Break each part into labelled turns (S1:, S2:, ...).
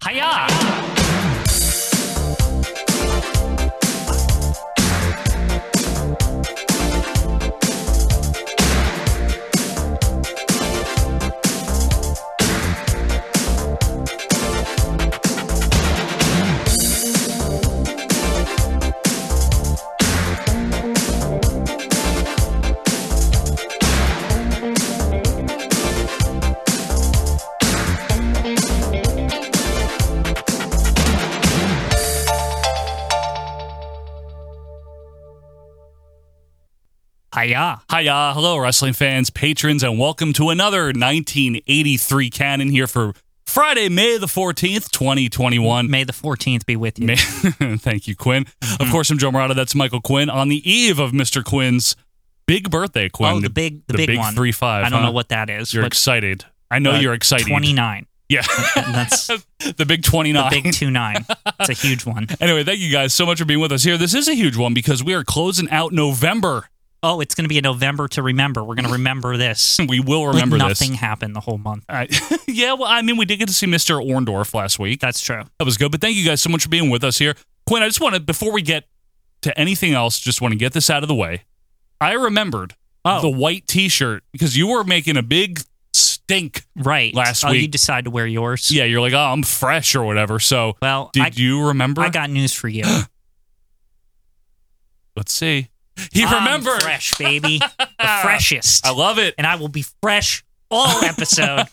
S1: 早っ早っ
S2: Hiya, hello, wrestling fans, patrons, and welcome to another 1983 Canon here for Friday, May the 14th, 2021.
S1: May the 14th be with you. Mm-hmm.
S2: May- Thank you, Quinn. Of course, I'm Joe Morata. That's Michael Quinn on the eve of Mr. Quinn's big birthday, Quinn.
S1: oh, the big, the,
S2: the
S1: big,
S2: big
S1: one.
S2: 3-5,
S1: I don't
S2: huh?
S1: know what that is,
S2: You're
S1: but
S2: excited. I know
S1: uh,
S2: you're excited.
S1: 29.
S2: Yeah.
S1: And that's
S2: the big 29.
S1: the big two nine. It's a huge one.
S2: Anyway, thank you guys so much for being with us here. This is a huge one because we are closing out November.
S1: Oh, it's going to be a November to remember. We're going to remember this.
S2: We will remember
S1: like
S2: this.
S1: nothing happened the whole month.
S2: All right. yeah, well, I mean, we did get to see Mr. Orndorff last week.
S1: That's true.
S2: That was good. But thank you guys so much for being with us here. Quinn, I just want to, before we get to anything else, just want to get this out of the way. I remembered
S1: Oh.
S2: the white t shirt because you were making a big stink.
S1: Right.
S2: Last
S1: oh, you
S2: week-
S1: decide to wear yours.
S2: Yeah, you're like, oh, I'm fresh or whatever. So
S1: Well,
S2: did
S1: I,
S2: you remember?
S1: I got news for you.
S2: Let's see. He
S1: I'm
S2: remembered.
S1: fresh, baby, the freshest,
S2: I love it.
S1: and I will be fresh all episode.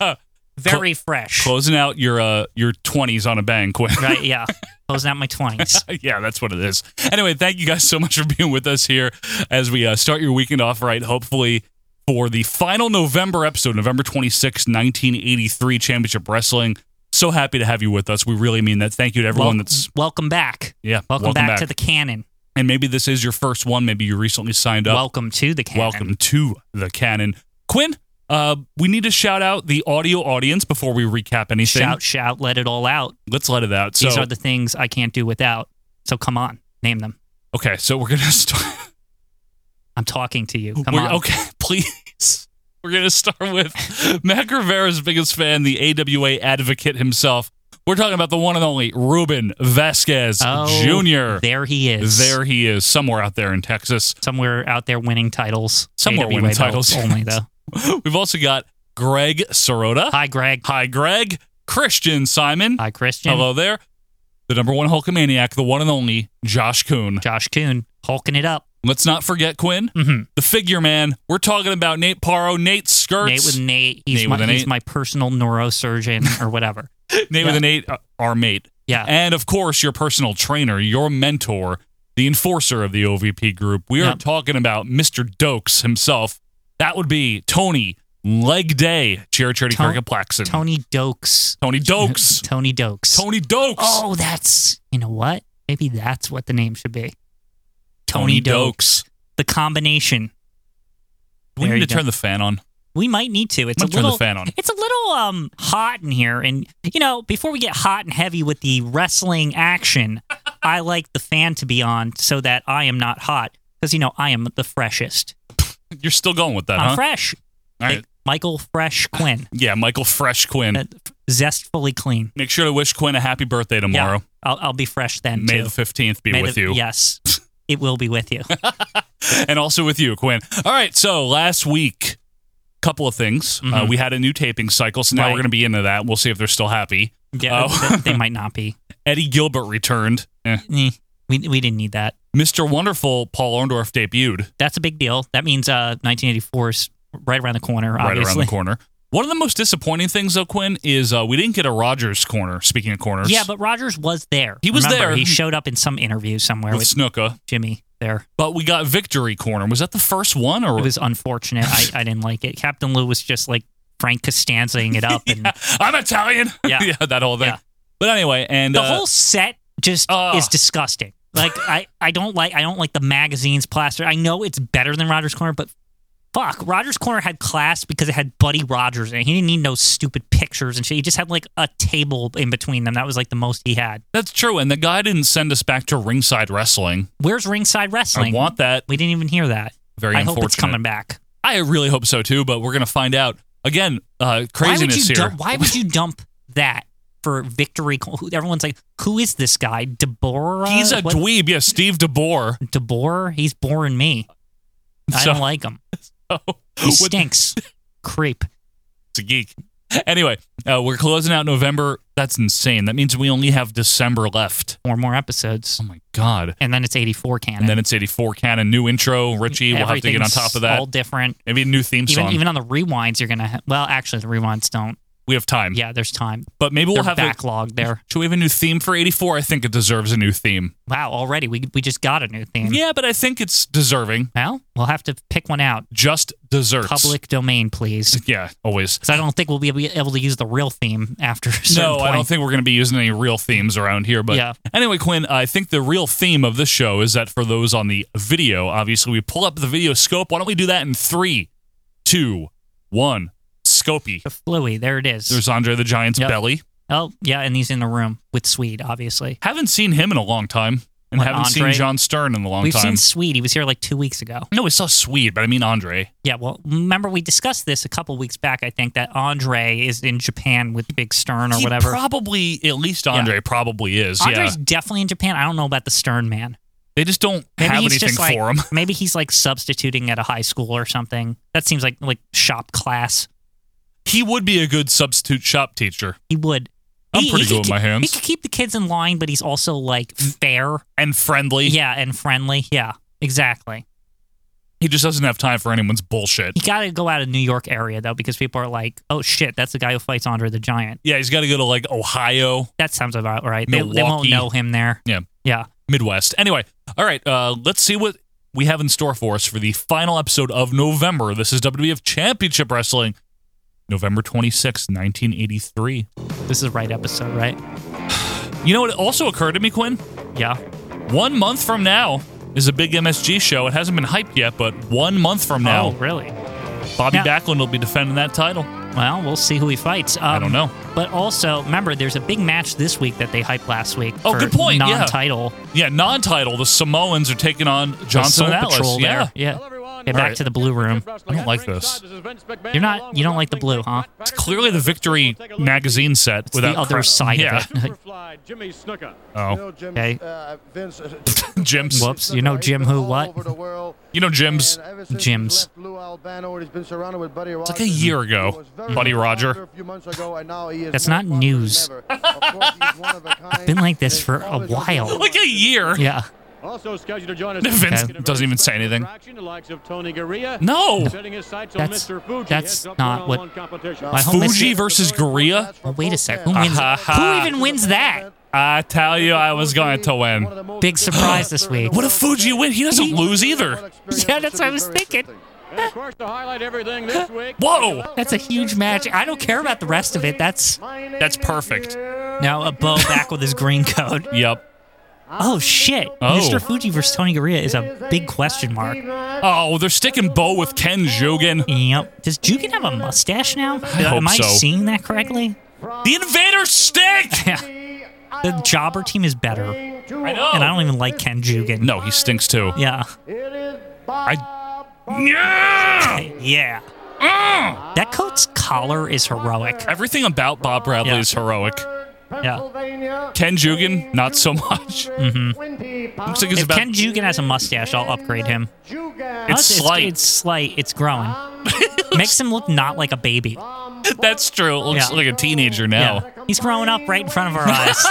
S1: Very fresh.
S2: Closing out your uh, your 20s on a bang, Quinn.
S1: Right? Yeah. Closing out my twenties.
S2: yeah, that's what it is. Anyway, thank you guys so much for being with us here as we uh, start your weekend off right, hopefully, for the final November episode, November 26, 1983, Championship Wrestling. So happy to have you with us. We really mean that. Thank you to everyone that's,
S1: welcome back.
S2: yeah,
S1: Welcome, back, to the canon.
S2: and maybe this is your first one. Maybe you recently signed up.
S1: Welcome to the canon.
S2: Welcome to the canon. Quinn, uh, we need to shout out the audio audience before we recap anything.
S1: Shout, shout, let it all out.
S2: Let's let it out. So,
S1: These are the things I can't do without. So come on, name them.
S2: okay, so we're going to start.
S1: I'm talking to you. Come
S2: We're-
S1: on.
S2: Okay, please. We're going to start with Mac Rivera's biggest fan, the AWA advocate himself. We're talking about the one and only Ruben Vasquez
S1: Oh,
S2: Jr.
S1: There he is.
S2: There he is, somewhere out there in Texas.
S1: Somewhere out there winning titles.
S2: Somewhere winning
S1: AWA belts
S2: titles.
S1: Only though.
S2: We've also got Greg Sorota.
S1: Hi, Greg.
S2: Hi, Greg. Christian Simon.
S1: Hi, Christian.
S2: Hello there. The number one Hulkamaniac, the one and only Josh Kuhn.
S1: Josh Kuhn. Hulking it up.
S2: Let's not forget, Quinn,
S1: Mhm.
S2: the figure man. We're talking about Nate Paro, Nate Skirts.
S1: Nate with Nate. He's,
S2: Nate
S1: my,
S2: with an
S1: he's
S2: eight.
S1: my personal neurosurgeon or whatever.
S2: Nate with an eight, uh, our mate.
S1: Yeah.
S2: And of course, your personal trainer, your mentor, the enforcer of the OVP group. We are
S1: Yep.
S2: talking about Mr. Dokes himself. That would be Tony Leg Day, Chair Charity
S1: Ton-
S2: Cricket Plaxton. Tony,
S1: Tony Dokes.
S2: Dokes.
S1: Tony Dokes.
S2: Tony Dokes.
S1: Oh, that's you know what? Maybe that's what the name should be. Tony, Dokes. The combination.
S2: Do we
S1: There
S2: need
S1: you
S2: to
S1: go.
S2: turn the fan on.
S1: We might need to. It's
S2: I'm gonna
S1: a
S2: turn
S1: little
S2: the fan on.
S1: It's a little um hot in here, and you know, before we get hot and heavy with the wrestling action, I like the fan to be on so that I am not hot because you know I am the freshest.
S2: You're still going with that,
S1: I'm
S2: huh?
S1: fresh.
S2: All right.
S1: Like Michael Fresh Quinn,
S2: yeah, Michael Fresh Quinn.
S1: That- zestfully clean.
S2: Make sure to wish Quinn a happy birthday tomorrow.
S1: I'll, I'll be fresh then.
S2: May
S1: too.
S2: the 15th be
S1: May
S2: with
S1: the-
S2: you.
S1: Yes, it will be with you.
S2: and also with you, Quinn. All right, so last week, couple of things. Uh,
S1: Mhm.
S2: we had a new taping cycle, so now
S1: Right.
S2: we're going to be into that. We'll see if they're still happy.
S1: Yeah,
S2: Oh.
S1: th- they might not be.
S2: Eddie Gilbert returned. Eh.
S1: Eh, we, we didn't need that.
S2: Mr. Wonderful Paul Orndorff debuted
S1: That's a big deal. That means uh, 1984 is right around the corner.
S2: right
S1: Obviously.
S2: around the corner. One of the most disappointing things, though, Quinn, is uh, we didn't get a Rogers corner. Speaking of corners,
S1: Yeah, but Rogers was there.
S2: He was
S1: Remember,
S2: there.
S1: He showed up in some interview somewhere
S2: with
S1: with
S2: Snuka,
S1: Jimmy there.
S2: but we got Victory corner. Was that the first one, or
S1: It was unfortunate. I, I didn't like it. Captain Lou was just like Frank Costanzaing it up. And
S2: I'm Italian?
S1: Yeah.
S2: that whole thing.
S1: Yeah.
S2: But anyway, and
S1: the
S2: uh,
S1: whole set just
S2: Ugh.
S1: is disgusting. Like I, I don't like I don't like the magazines plastered. I know it's better than Rogers Corner, but fuck, Rogers Corner had class because it had Buddy Rogers in it. He didn't need no stupid pictures and shit. He just had like a table in between them. That was like the most he had.
S2: that's true. And the guy didn't send us back to ringside wrestling.
S1: Where's ringside wrestling?
S2: I want that.
S1: we didn't even hear that.
S2: Very
S1: I
S2: unfortunate.
S1: hope it's coming back.
S2: I really hope so too, but we're gonna find out. Again, uh, craziness
S1: why would you
S2: here.
S1: Dump, why would you dump that for Victory. Col- who- Everyone's like, who is this guy? DeBoer?
S2: He's a
S1: What-
S2: dweeb. Yeah, Steve DeBoer.
S1: DeBoer? He's boring me. I
S2: So-
S1: don't like him. He
S2: With-
S1: stinks. Creep.
S2: It's a geek. Anyway, uh, we're closing out November. That's insane. That means we only have December left.
S1: Four more episodes.
S2: Oh my god.
S1: And then it's 84 canon.
S2: And then it's 84 canon, new intro. Richie, we'll have to get on
S1: Everything's
S2: top of that.
S1: all different.
S2: Maybe a new theme
S1: Even,
S2: song.
S1: even on the rewinds, you're going to, ha- well, actually, the rewinds don't.
S2: we have time.
S1: Yeah, there's time.
S2: But maybe we'll
S1: They're
S2: have a,
S1: backlogged there.
S2: should we have a new theme for 84? I think it deserves a new theme.
S1: Wow, already. We, we just got a new theme.
S2: Yeah, but I think it's deserving.
S1: Well, we'll have to pick one out.
S2: Just desserts.
S1: Public domain, please.
S2: Yeah, always.
S1: Because I don't think we'll be able to use the real theme after. A certain
S2: No,
S1: point.
S2: I don't think we're going to be using any real themes around here. But
S1: Yeah.
S2: anyway, Quinn, I think the real theme of this show is that for those on the video, obviously, we pull up the video scope. Why don't we do that in three, two, one, scopey?
S1: The Fluey, there it is.
S2: There's Andre the Giant's
S1: Yep.
S2: belly.
S1: oh, yeah, and he's in the room with Swede, obviously.
S2: Haven't seen him in a long time, and
S1: What,
S2: haven't
S1: Andre?
S2: seen John Stern in a long
S1: We've
S2: time.
S1: seen Swede. He was here like two weeks ago.
S2: no, we saw Swede, but I mean Andre.
S1: Yeah, well, remember we discussed this a couple weeks back, I think, that Andre is in Japan with Big Stern or
S2: He
S1: whatever.
S2: Probably, at least Andre probably is.
S1: Andre's
S2: yeah,
S1: definitely in Japan. I don't know about the Stern man.
S2: they just don't
S1: Maybe
S2: have
S1: he's
S2: anything
S1: just like
S2: for him.
S1: maybe he's like substituting at a high school or something. That seems like like shop class.
S2: He would be a good substitute shop teacher
S1: He would.
S2: I'm
S1: he,
S2: pretty good
S1: he could
S2: with
S1: keep-
S2: my hands.
S1: He could keep the kids in line, but he's also like fair.
S2: and friendly.
S1: Yeah, and friendly. Yeah, exactly.
S2: He just doesn't have time for anyone's bullshit.
S1: You got to go out of New York area though, because people are like, "Oh shit, that's the guy who fights Andre the Giant."
S2: Yeah, he's got to go to like Ohio,
S1: That sounds about right. They, they won't
S2: Milwaukee.
S1: know him there.
S2: Yeah.
S1: yeah.
S2: Midwest. Anyway, all right, uh, let's see what we have in store for us for the final episode of November. This is WWF Championship Wrestling, November twenty sixth, 1983.
S1: This is right episode, right?
S2: You know what also occurred to me, Quinn?
S1: Yeah.
S2: One month from now is a big MSG show. It hasn't been hyped yet, but one month from now,
S1: Oh, really?
S2: Bobby
S1: Now-
S2: Backlund will be defending that title.
S1: Well, we'll see who he fights. Um,
S2: I don't know.
S1: But also, remember, there's a big match this week that they hyped last week.
S2: Oh,
S1: for
S2: good point, yeah.
S1: Non-title.
S2: Yeah, non-title. The Samoans are taking on Johnson
S1: Soul
S2: and Alice.
S1: Patrol
S2: yeah.
S1: there. Yeah.
S3: Hello, everyone.
S1: Get back to the blue room.
S3: I
S2: don't like this.
S1: You're not- you don't like the blue, huh?
S2: It's clearly the Victory magazine set
S1: the
S2: without
S1: other
S2: Chris.
S1: side of
S2: yeah.
S1: it.
S3: Jimmy Snuka.
S2: Oh.
S4: No, Jim,
S1: Okay.
S4: uh, Vince, uh,
S2: Jim's.
S1: Whoops. You know Jim who what?
S2: You know Jim's.
S1: Jim's.
S4: It's
S2: like a year ago, Buddy Roger.
S1: That's not news.
S4: it's
S1: Been like this for a while.
S2: Like a year.
S1: Yeah.
S3: Also scheduled to join us.
S2: Vince
S1: Okay.
S2: doesn't even say anything.
S3: Attraction, the likes of Tony Garea.
S2: No.
S3: Setting his sights
S1: Oh. That's-
S3: on Mr. Fuji.
S1: that's
S3: heads up
S1: not what-
S3: one-on-one competition.
S1: My home is-
S2: Fuji versus Gorilla.
S1: Well, wait a sec. Who wins?
S2: Ha ha.
S1: Who even wins that?
S2: I tell you, I was going to win.
S1: Big surprise this week.
S2: What if Fuji win? He doesn't lose either.
S1: Yeah, that's what I was thinking.
S3: And of course, to highlight everything this week.
S2: Whoa.
S1: That's a huge match. I don't care about the rest of it. That's
S2: That's perfect.
S1: now a bow back with his green coat.
S2: Yep.
S1: Oh shit!
S2: Oh.
S1: Mr. Fuji versus Tony Garea is a big question mark.
S2: Oh, they're sticking Bo with Ken Jogan.
S1: Yep. Does Jukin have a mustache now?
S2: hope
S1: Am I
S2: so.
S1: seeing that correctly?
S2: The Invaders stink.
S1: Yeah.
S2: Oh,
S1: The jobber team is better, and
S2: I know.
S1: I don't even like Ken Jugan.
S2: No, he stinks too.
S1: Yeah.
S2: I. Yeah.
S1: Yeah. That coat's collar is heroic.
S2: Everything about Bob Bradley
S1: Yeah.
S2: is heroic.
S1: Yeah.
S2: Ken Jugan, not so much. Looks like he's
S1: Mm-hmm. If
S2: about.
S1: Ken Jugan has a mustache, I'll upgrade him.
S2: it's slight.
S1: It's, slight. It's growing. Makes him look not like a baby.
S2: That's true. It looks
S1: Yeah.
S2: like a teenager now.
S1: Yeah. He's growing up right in front of our eyes.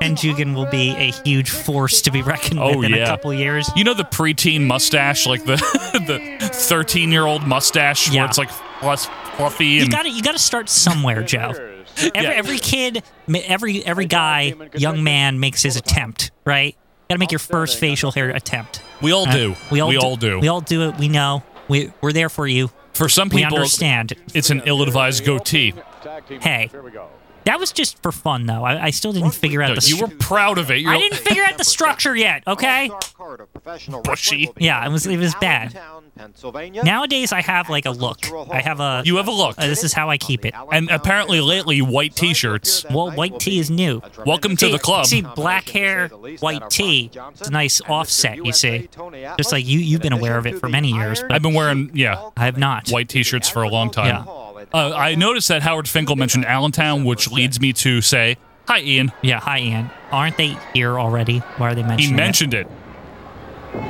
S1: and Jugan will be a huge force to be reckoned with
S2: Oh,
S1: in
S2: yeah.
S1: a couple years.
S2: You know the preteen mustache, like the the thirteen year old mustache, where
S1: Yeah.
S2: it's like plus fluffy
S1: You
S2: and
S1: gotta, you gotta start somewhere, Joe. Every,
S2: Yeah.
S1: every kid, ma- every every guy, young man makes his attempt, right? Gotta make your first facial hair attempt.
S2: we all
S1: Uh,
S2: do.
S1: We all,
S2: do.
S1: We all do it. We know. We, we're there for you.
S2: For some
S1: We
S2: people,
S1: understand.
S2: it's an ill advised goatee.
S1: Hey.
S3: Here we go.
S1: That was just for fun, though. I, I still didn't figure out
S2: No,
S1: the.
S2: you
S1: stru-
S2: were proud of it. You're,
S1: I didn't figure out the structure yet. Okay.
S2: Bushy.
S1: Yeah, it was- it was bad.
S5: Now
S1: Nowadays, I have like a look. I have a.
S2: You have a look.
S1: Uh, this is how I keep it.
S2: and apparently lately, white T-shirts.
S1: Well, white tea is new.
S2: Welcome to
S1: See-
S2: the club.
S1: See, black hair, white tee. It's a nice offset, you see. Just like you, you've been aware of it for many years, but
S2: I've been wearing yeah
S1: I have not.
S2: white T-shirts for a long time.
S1: Yeah.
S2: Uh, I noticed that Howard Finkel mentioned Allentown, which leads me to say, "Hi, Ian."
S1: Yeah, hi Ian. Aren't they here already? Why are they mentioning?
S2: He
S1: it?
S2: mentioned it.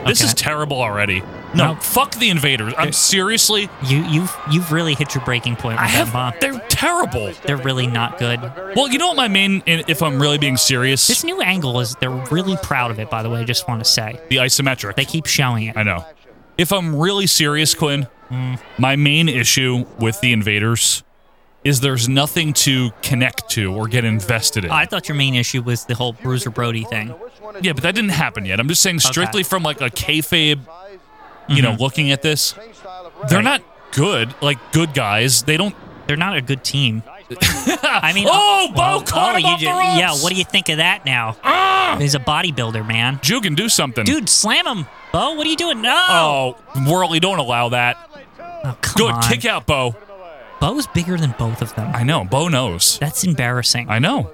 S2: This
S1: Okay.
S2: is terrible already. No,
S1: No.
S2: fuck the invaders. I'm
S1: It-
S2: seriously.
S1: you. You've you've really hit your breaking point. With
S2: I
S1: them,
S2: have.
S1: huh?
S2: They're terrible.
S1: They're really not good.
S2: Well, you know what my main, if I'm really being serious,
S1: This new angle is they're really proud of it. By the way, I just want to say
S2: the isometric.
S1: they keep showing it.
S2: I know. If I'm really serious, Quinn, my main issue with the invaders is there's nothing to connect to or get invested in.
S1: Oh, I thought your main issue was the whole Bruiser Brody thing.
S2: yeah, but that didn't happen yet. I'm just saying strictly from like a kayfabe, you know, looking at this, they're
S1: Mm-hmm. Right.
S2: not good. Like good guys, they don't.
S1: They're not a good team. I mean,
S2: oh, Bo
S1: well,
S2: caught
S1: oh,
S2: him
S1: you
S2: off the
S1: ju-
S2: ropes.
S1: Yeah, what do you think of that now? He's a bodybuilder, man.
S2: Juke Ah! and do something,
S1: Dude, slam him, Bo. What are you doing? No.
S2: Oh, Worley, don't allow that.
S1: Oh, come
S2: Good
S1: on.
S2: kick out, Bo.
S1: Bo's bigger than both of them.
S2: I know. Bo knows.
S1: That's embarrassing.
S2: I know.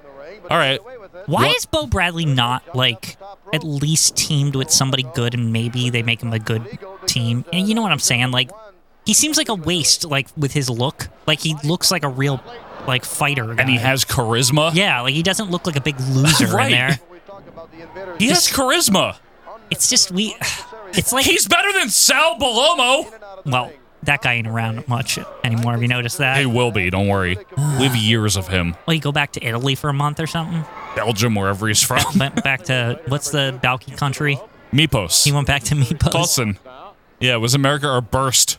S2: All right.
S1: Why
S2: What?
S1: is Bo Bradley not like at least teamed with somebody good and maybe they make him a good team? And you know what I'm saying? Like he seems like a waste, like with his look. Like he looks like a real like fighter.
S2: And he
S1: guy.
S2: has charisma.
S1: Yeah, like he doesn't look like a big loser
S2: Right.
S1: in there.
S2: He has charisma.
S1: It's just we it's like
S2: He's better than Sal Balomo.
S1: well, that guy ain't around much anymore. Have you noticed that?
S2: He will be, don't worry. We have years of him.
S1: Well, you go back to Italy for a month or something.
S2: Belgium, wherever he's from.
S1: Went back to what's the Balkan country? He
S2: Mipos.
S1: went back to Meepos.
S2: Coulson. Yeah, it was America or Burst.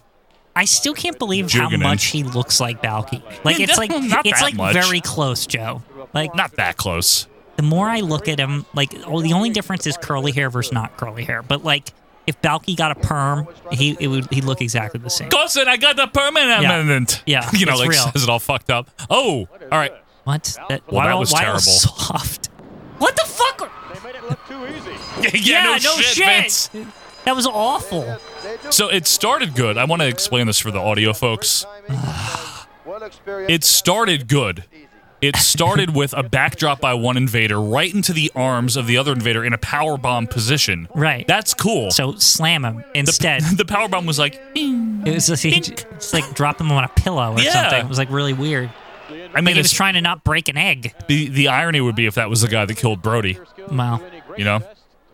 S1: I still can't believe how
S2: Jugonin.
S1: much he looks like Balky. Like it's like
S2: Not
S1: it's
S2: that
S1: like
S2: much.
S1: very close, Joe. Like
S2: Not that close.
S1: the more I look at him, like oh, the only difference is curly hair versus not curly hair. But like if Balky got a perm, he it would he'd look exactly the same.
S2: Coulson, I got the permanent
S1: Yeah.
S2: amendment.
S1: Yeah,
S2: you know,
S1: it's
S2: like
S1: real.
S2: says it all fucked up. Oh, all right.
S1: What? That,
S2: Well,
S1: why
S2: that
S1: all-
S2: was
S1: why all
S2: terrible.
S1: soft? What the fuck?
S3: They made it look too easy.
S2: Yeah, no, shit, Vince.
S1: That was awful.
S2: So it started good. I want to explain this for the audio folks. It started good. It started with a backdrop by one invader right into the arms of the other invader in a power bomb position.
S1: Right.
S2: That's cool.
S1: So slam him
S2: the,
S1: instead.
S2: the power bomb was like,
S1: it was just, he,
S2: Dink.
S1: it's like dropped him on a pillow or
S2: Yeah.
S1: something. It was like really weird.
S2: I
S1: Like
S2: mean,
S1: he was
S2: it's,
S1: trying to not break an egg.
S2: the the irony would be if that was the guy that killed Brody.
S1: Wow.
S2: You know?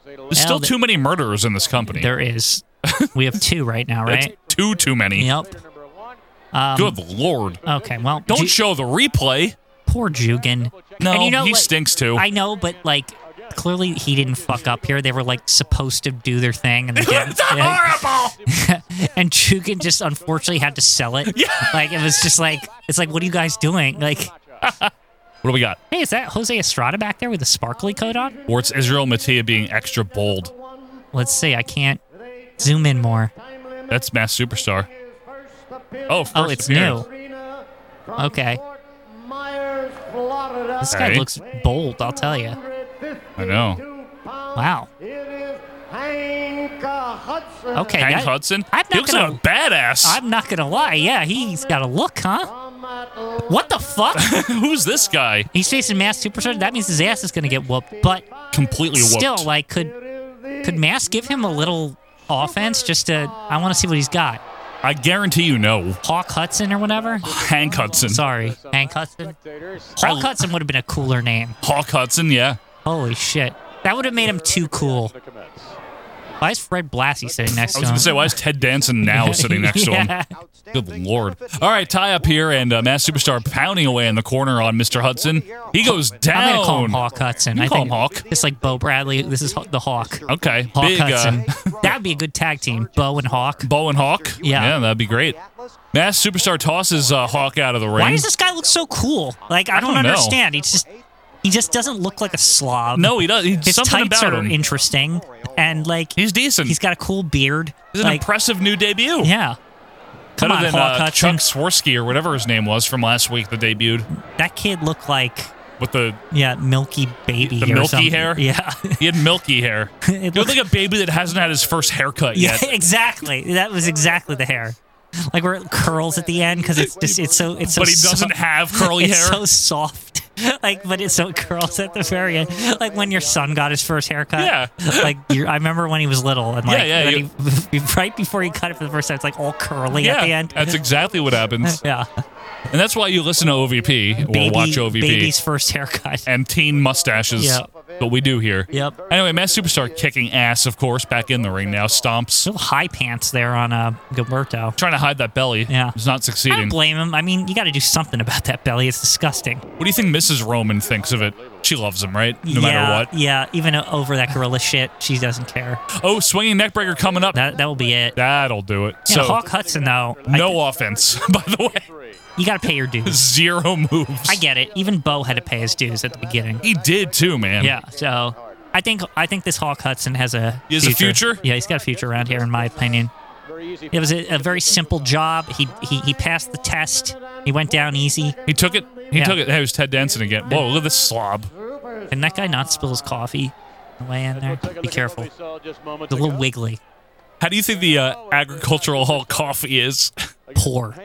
S2: There's still
S1: Hell, the-
S2: too many murderers in this company.
S1: There is. We have two right now,
S2: That's
S1: right?
S2: too too many.
S1: Yep. Um,
S2: Good lord.
S1: Okay. Well,
S2: Don't
S1: Ju-
S2: show the replay.
S1: poor Jugan.
S2: No,
S1: And you know,
S2: he
S1: like-
S2: stinks too.
S1: I know, but like, clearly he didn't fuck up here. They were like supposed to do their thing, and they didn't.
S2: it's horrible.
S1: and Jugan just unfortunately had to sell it. Yeah. Like it was just like it's like, what are you guys doing? Like,
S2: what do we got?
S1: hey, is that Jose Estrada back there with a sparkly coat on?
S2: Or it's Israel Mattia being extra bold.
S1: Let's see. I can't zoom in more.
S2: That's Mass Superstar. Oh, first
S1: Oh, it's
S2: appearance.
S1: new. Okay. This guy
S2: Alright.
S1: looks bold. I'll tell you.
S2: I know.
S1: Wow. Okay.
S2: Hank
S1: that-
S2: Hudson.
S1: I'm
S2: he
S1: not
S2: looks
S1: gonna-
S2: like a badass.
S1: I'm not gonna lie. Yeah, he's got a look, huh? What the fuck?
S2: Who's this guy?
S1: he's facing Mass Superstar. That means his ass is gonna get whooped. But
S2: Completely whooped.
S1: still, like, could could Mass give him a little offense? Just to, I want to see what he's got.
S2: I guarantee you know.
S1: Hawk Hudson or whatever.
S2: Hank Hudson.
S1: Oh,
S2: Oh.
S1: Sorry, Hank Hudson. Hawk Hudson would have been a cooler name.
S2: Hawk Hudson, yeah.
S1: Holy shit, that would have made him too cool. Why is Fred Blassie sitting next
S2: I was
S1: to him?
S2: going to say, why is Ted Danson now sitting next to him?
S1: Yeah.
S2: Good lord. All right, tie up here, and uh, Mass Superstar pounding away in the corner on Mr. Hudson. He goes down.
S1: I'm gonna call him Hawk Hudson.
S2: You
S1: I
S2: call
S1: think
S2: him Hawk.
S1: It's like Bo Bradley. This is Haw- the Hawk.
S2: Okay,
S1: Hawk
S2: big uh,
S1: Hudson. that would be a good tag team. Bo and Hawk.
S2: Bow and Hawk.
S1: Yeah.
S2: yeah, that'd be great. Mass Superstar tosses uh, Hawk out of the ring.
S1: Why does this guy look so cool? Like I don't,
S2: don't know.
S1: understand. He's just he just doesn't look like a slob.
S2: No, he does. He,
S1: his
S2: something
S1: tights
S2: about
S1: are
S2: him.
S1: interesting, and like
S2: he's decent.
S1: he's got a cool beard.
S2: It's an
S1: like,
S2: impressive new debut.
S1: Yeah. Come
S2: Better
S1: on,
S2: than
S1: Hawk
S2: uh, Chuck
S1: Hudson.
S2: Swirsky or whatever his name was from last week that debuted
S1: That kid looked like
S2: with the
S1: yeah, milky baby.
S2: The
S1: or
S2: milky
S1: something.
S2: hair?
S1: Yeah.
S2: he had milky hair.
S1: It
S2: He looked
S1: looks-
S2: like a baby that hasn't had his first haircut
S1: yeah,
S2: yet.
S1: exactly. That was exactly the hair. Like where it curls at the end because it's just it's so it's so.
S2: but he doesn't
S1: soft.
S2: have curly
S1: it's
S2: hair.
S1: so soft. Like, but it's so it curls at the very end. Like when your son got his first haircut.
S2: Yeah.
S1: Like you're, I remember when he was little and
S2: Yeah,
S1: like
S2: yeah,
S1: when
S2: you-
S1: he- right before he cut it for the first time, it's like all curly
S2: yeah,
S1: at the end.
S2: that's exactly what happens.
S1: yeah.
S2: And that's why you listen to OVP or
S1: Baby-
S2: watch OVP
S1: Baby's first haircut.
S2: and teen mustaches.
S1: Yeah.
S2: What we do here.
S1: Yep.
S2: Anyway, Mass Superstar kicking ass, of course, back in the ring now. Stomps.
S1: So high pants there on uh, Gilberto.
S2: Trying to hide that belly.
S1: Yeah.
S2: It's not
S1: I
S2: succeeding.
S1: don't blame him. I mean, you got to do something about that belly. It's disgusting.
S2: what do you think Mrs. Roman thinks of it? She loves him, right? No
S1: yeah,
S2: matter what.
S1: Yeah, even o- over that gorilla shit, she doesn't care.
S2: Oh, swinging neckbreaker coming up.
S1: That that will be it.
S2: That'll do it.
S1: Yeah,
S2: so,
S1: Hawk Hudson though, I-
S2: no offense, by the way.
S1: you got to pay your dues.
S2: Zero moves.
S1: I get it. Even Bo had to pay his dues at the beginning.
S2: He did too, man.
S1: Yeah, so I think I think this Hawk Hudson has a
S2: He has a future?
S1: Yeah, he's got a future around here, in my opinion.
S3: Very easy.
S1: It was a, a very simple job. He, he he passed the test. He went down easy.
S2: He took it. He
S1: Yeah.
S2: took it. That was Ted Danson again. Whoa, look at this slob.
S1: Can that guy not spill his coffee on the way in there? Be careful. It's a little wiggly.
S2: How do you think the uh, agricultural hall coffee is?
S1: Poor.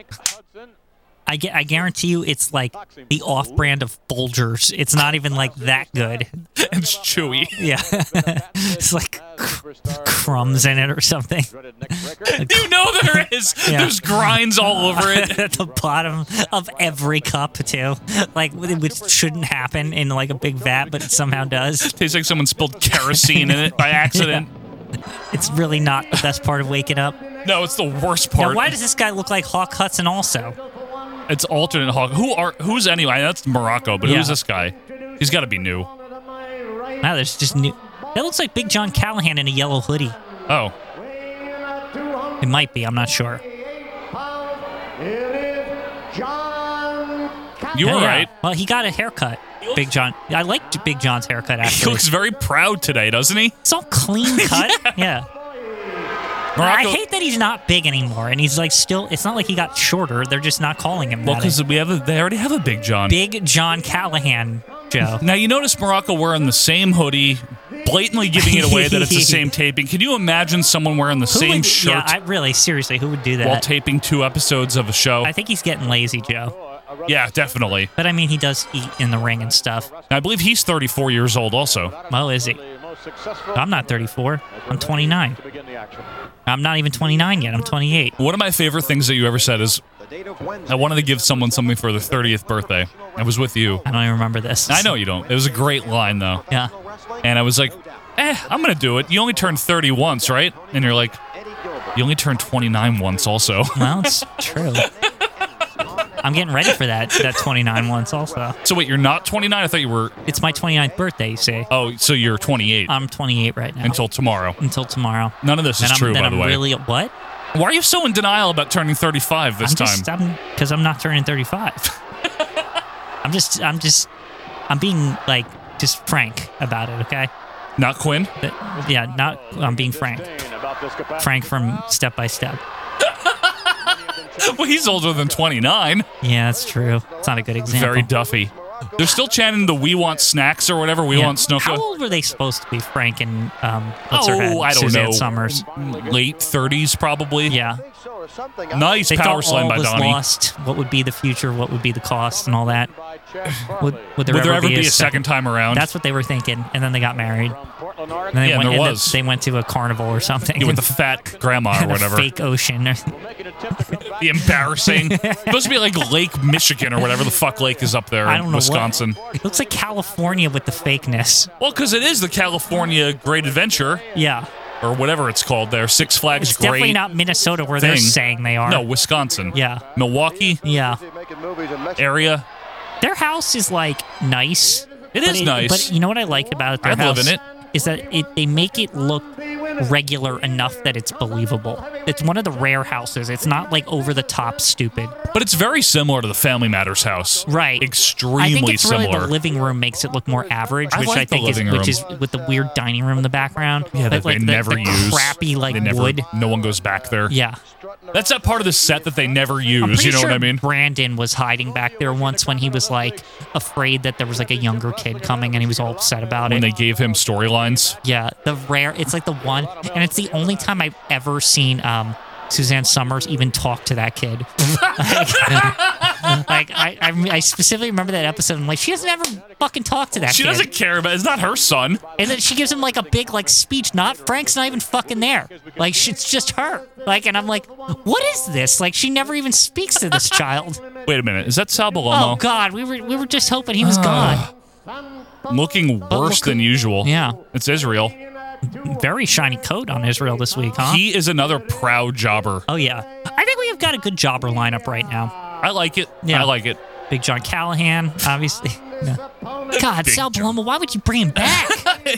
S1: I, gu- I guarantee you it's like the off brand of Folgers. It's not even like that good.
S2: it's chewy.
S1: Yeah. it's like cr- crumbs in it or something.
S2: You know there is.
S1: Yeah.
S2: There's grinds all over it.
S1: At the bottom of every cup, too. Like, which shouldn't happen in like a big vat, but it somehow does.
S2: Tastes like someone spilled kerosene in it by accident.
S1: It's really not the best part of waking up.
S2: No, it's the worst part.
S1: Now, why does this guy look like Hawk Hudson also?
S2: it's alternate hog. Who are? Who's anyway? That's Morocco, but
S1: Yeah.
S2: who's this guy? He's got to be new.
S1: Wow, there's just new. That looks like Big John Callahan in a yellow hoodie.
S2: Oh,
S1: It might be. I'm not sure.
S2: you were
S1: Yeah, yeah.
S2: right.
S1: uh, Well, he got a haircut. Big John. I liked Big John's haircut.
S2: He
S1: Actually,
S2: looks very proud today, doesn't he?
S1: it's all clean cut. yeah. I
S2: Morocco.
S1: hate that he's not big anymore, and he's like still. It's not like he got shorter. They're just not calling him
S2: Well,
S1: that.
S2: because we have a, they already have a Big John.
S1: Big John Callahan, Joe.
S2: Now you notice Morocco wearing the same hoodie, blatantly giving it away that it's the same taping. Can you imagine someone wearing the
S1: Who
S2: same
S1: would,
S2: shirt
S1: Yeah, I, really, seriously, who would do that?
S2: while taping two episodes of a show?
S1: I think he's getting lazy, Joe.
S2: yeah, definitely.
S1: But I mean, he does eat in the ring and stuff.
S2: I believe he's 34 years old. Also,
S1: Well, is he? I'm not 34. I'm 29. I'm not even 29 yet. I'm 28.
S2: one of my favorite things that you ever said is I wanted to give someone something for their 30th birthday. I was with you.
S1: I don't even remember this.
S2: I know you don't. It was a great line though,
S1: Yeah.
S2: and I was like, "Eh, I'm gonna do it." You only turned 30 once, right? And you're like, "You only turned 29 once, also."
S1: Well, it's true. I'm getting ready for that that 29 once also.
S2: so wait, you're not 29? I thought you were.
S1: It's my 29th birthday, you see.
S2: Oh, so you're 28.
S1: I'm 28 right now.
S2: until tomorrow.
S1: until tomorrow.
S2: None of this
S1: Then
S2: is
S1: I'm,
S2: true,
S1: then
S2: by
S1: I'm
S2: the way.
S1: really what?
S2: Why are you so in denial about turning 35 this
S1: I'm
S2: time?
S1: just I'm because I'm not turning 35. I'm just I'm just I'm being like just frank about it, okay?
S2: Not Quinn.
S1: That- yeah, not I'm being frank. Frank from Step by Step.
S2: Well, he's older than 29.
S1: Yeah, that's true. It's not a good example.
S2: Very Duffy. They're still chanting the "We want snacks" or whatever. We
S1: Yeah.
S2: want
S1: How
S2: snooka.
S1: old were they supposed to be, Frank and um, what's her
S2: Oh,
S1: head?
S2: I don't
S1: Suzanne
S2: know.
S1: Summers.
S2: Late 30s, probably.
S1: Yeah.
S2: Nice
S1: They
S2: power
S1: thought
S2: slam
S1: all
S2: by
S1: was
S2: Donnie.
S1: lost. What would be the future? What would be the cost and all that? Would, would there,
S2: Would there
S1: ever be, a
S2: second time around?
S1: That's what they were thinking, and then they got married. And they
S2: Yeah,
S1: went,
S2: there
S1: and
S2: was.
S1: they went to a carnival or something.
S2: Yeah, with the fat grandma or
S1: And a
S2: whatever.
S1: fake ocean. or-
S2: The embarrassing. supposed to be like Lake Michigan or whatever the fuck lake is up there
S1: I don't
S2: in
S1: know. what-
S2: Wisconsin.
S1: It looks like California with the fakeness.
S2: Well, because it is the California Great Adventure
S1: Yeah,
S2: or whatever it's called there. Six Flags
S1: it's
S2: Great.
S1: definitely not Minnesota where they're
S2: thing.
S1: saying they are.
S2: No, Wisconsin.
S1: Yeah.
S2: Milwaukee
S1: Yeah,
S2: area.
S1: their house is like nice.
S2: It
S1: But
S2: is nice.
S1: But you know what I like about their
S2: I'd live
S1: house?
S2: in it.
S1: Is that it, they make it look regular enough that it's believable. It's one of the rare houses. It's not like over the top stupid.
S2: But it's very similar to the Family Matters house.
S1: Right.
S2: Extremely
S1: I think it's
S2: similar.
S1: really the living room makes it look more average,
S2: I
S1: which
S2: like
S1: I
S2: the
S1: think is
S2: living
S1: which is
S2: room.
S1: with the weird dining room in the background.
S2: yeah, that
S1: But, like
S2: they
S1: the,
S2: never
S1: the
S2: use.
S1: crappy like
S2: They never-
S1: wood.
S2: No one goes back there.
S1: Yeah.
S2: That's that part of the set that they never
S1: I'm
S2: use. You
S1: pretty
S2: know
S1: sure
S2: what I mean?
S1: Brandon was hiding back there once when he was like afraid that there was like a younger kid coming and he was all upset about
S2: When
S1: it.
S2: they gave him storylines.
S1: Yeah, the rare. It's like the one, and it's the only time I've ever seen um, Suzanne Summers even talk to that kid. like, like, I, I, I specifically remember that episode. I'm like, she doesn't ever fucking talk to that.
S2: She
S1: kid.
S2: doesn't care about it's not her son.
S1: And then she gives him like a big like speech. Not Frank's not even fucking there. Like she, it's just her. Like, and I'm like, what is this? Like she never even speaks to this child.
S2: But Wait a minute. Is that Sal
S1: Oh
S2: Balongo?
S1: God, we were we were just hoping he was gone.
S2: Looking worse than usual.
S1: Yeah.
S2: It's Israel.
S1: Very shiny coat on Israel this week, huh?
S2: He is another proud jobber.
S1: oh yeah, I think we have got a good jobber lineup right now.
S2: I like it.
S1: Yeah.
S2: I like it.
S1: Big John Callahan, obviously. No. God,
S2: Big
S1: Sal
S2: John.
S1: Paloma, why would you bring him back?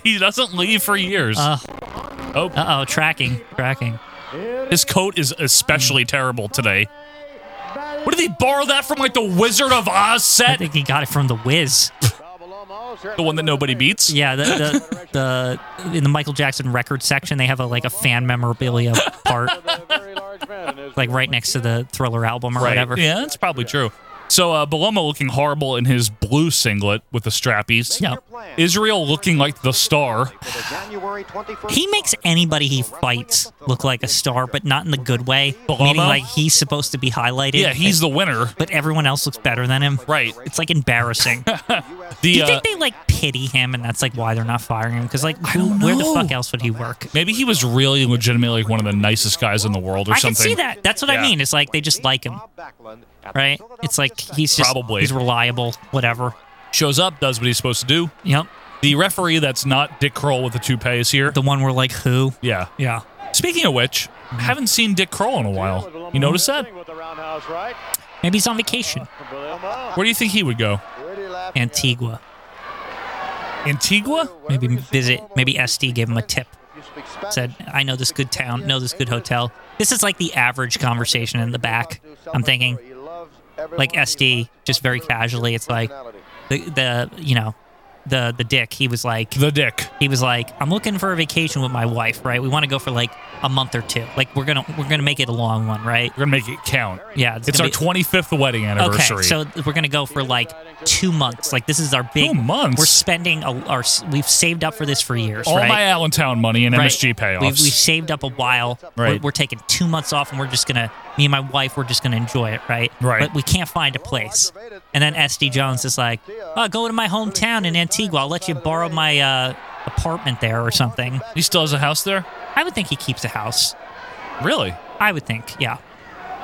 S2: he doesn't leave for years.
S1: Uh.
S2: oh,
S1: Uh oh, tracking, tracking.
S2: his coat is especially terrible today. What did he borrow that from? Like the Wizard of Oz
S1: I
S2: set?
S1: think he got it from The Wiz.
S2: The one that nobody beats?
S1: Yeah, the, the, the in the Michael Jackson record section, they have a like a fan memorabilia part, like right next to the Thriller album or whatever.
S2: Yeah, that's probably true. So uh, Baloma looking horrible in his blue singlet with the strappies.
S1: Yeah.
S2: Israel looking like the star.
S1: He makes anybody he fights look like a star, but not in the good way.
S2: Paloma?
S1: Meaning, like he's supposed to be highlighted.
S2: Yeah, he's the winner.
S1: But everyone else looks better than him.
S2: Right.
S1: It's like embarrassing. Do
S2: The
S1: you
S2: uh,
S1: think they like pity him, and that's like why they're not firing him? Because like, who,
S2: don't
S1: where the
S2: know.
S1: fuck else would he work?
S2: maybe he was really legitimately like one of the nicest guys in the world or
S1: I can
S2: something.
S1: see that. That's what
S2: Yeah.
S1: I mean. It's like they just like him, right? It's like he's just
S2: Probably.
S1: he's reliable, whatever.
S2: Shows up, does what he's supposed to do.
S1: Yep.
S2: The referee that's not Dick Kroll with the toupee is here.
S1: The one we're like, who?
S2: yeah.
S1: Yeah.
S2: Speaking of which, I haven't seen Dick Kroll in a while. You notice that?
S1: Maybe he's on vacation.
S2: Where do you think he would go?
S1: Antigua.
S2: Antigua?
S1: Maybe visit. Maybe SD gave him a tip. Said, "Ah, I know this good town, know this good hotel. This is like the average conversation in the back. I'm thinking, like SD, just very casually. It's like the the you know, the the dick. He was like,
S2: The Dick.
S1: he was like, I'm looking for a vacation with my wife, right? We want to go for like a month or two. Like we're gonna we're gonna make it a long one, right?
S2: We're going to make it count.
S1: Yeah,
S2: It's
S1: gonna
S2: our
S1: be-
S2: 25th wedding anniversary.
S1: Okay, so th- we're gonna go for like two months. Like this is our big
S2: Two months?
S1: We're spending a, our s- we've saved up for this for years.
S2: all
S1: right?
S2: my Allentown money and
S1: Right.
S2: MSG payoffs.
S1: We've, we've saved up a while. We're,
S2: Right.
S1: we're taking two months off, and we're just gonna me and my wife. We're just gonna enjoy it, right?
S2: Right.
S1: But we can't find a place. And then SD Jones is like, "Oh, go to my hometown in Antigua. I'll let you borrow my uh, apartment there or something."
S2: he still has a house there?
S1: I would think he keeps a house.
S2: Really?
S1: I would think, yeah.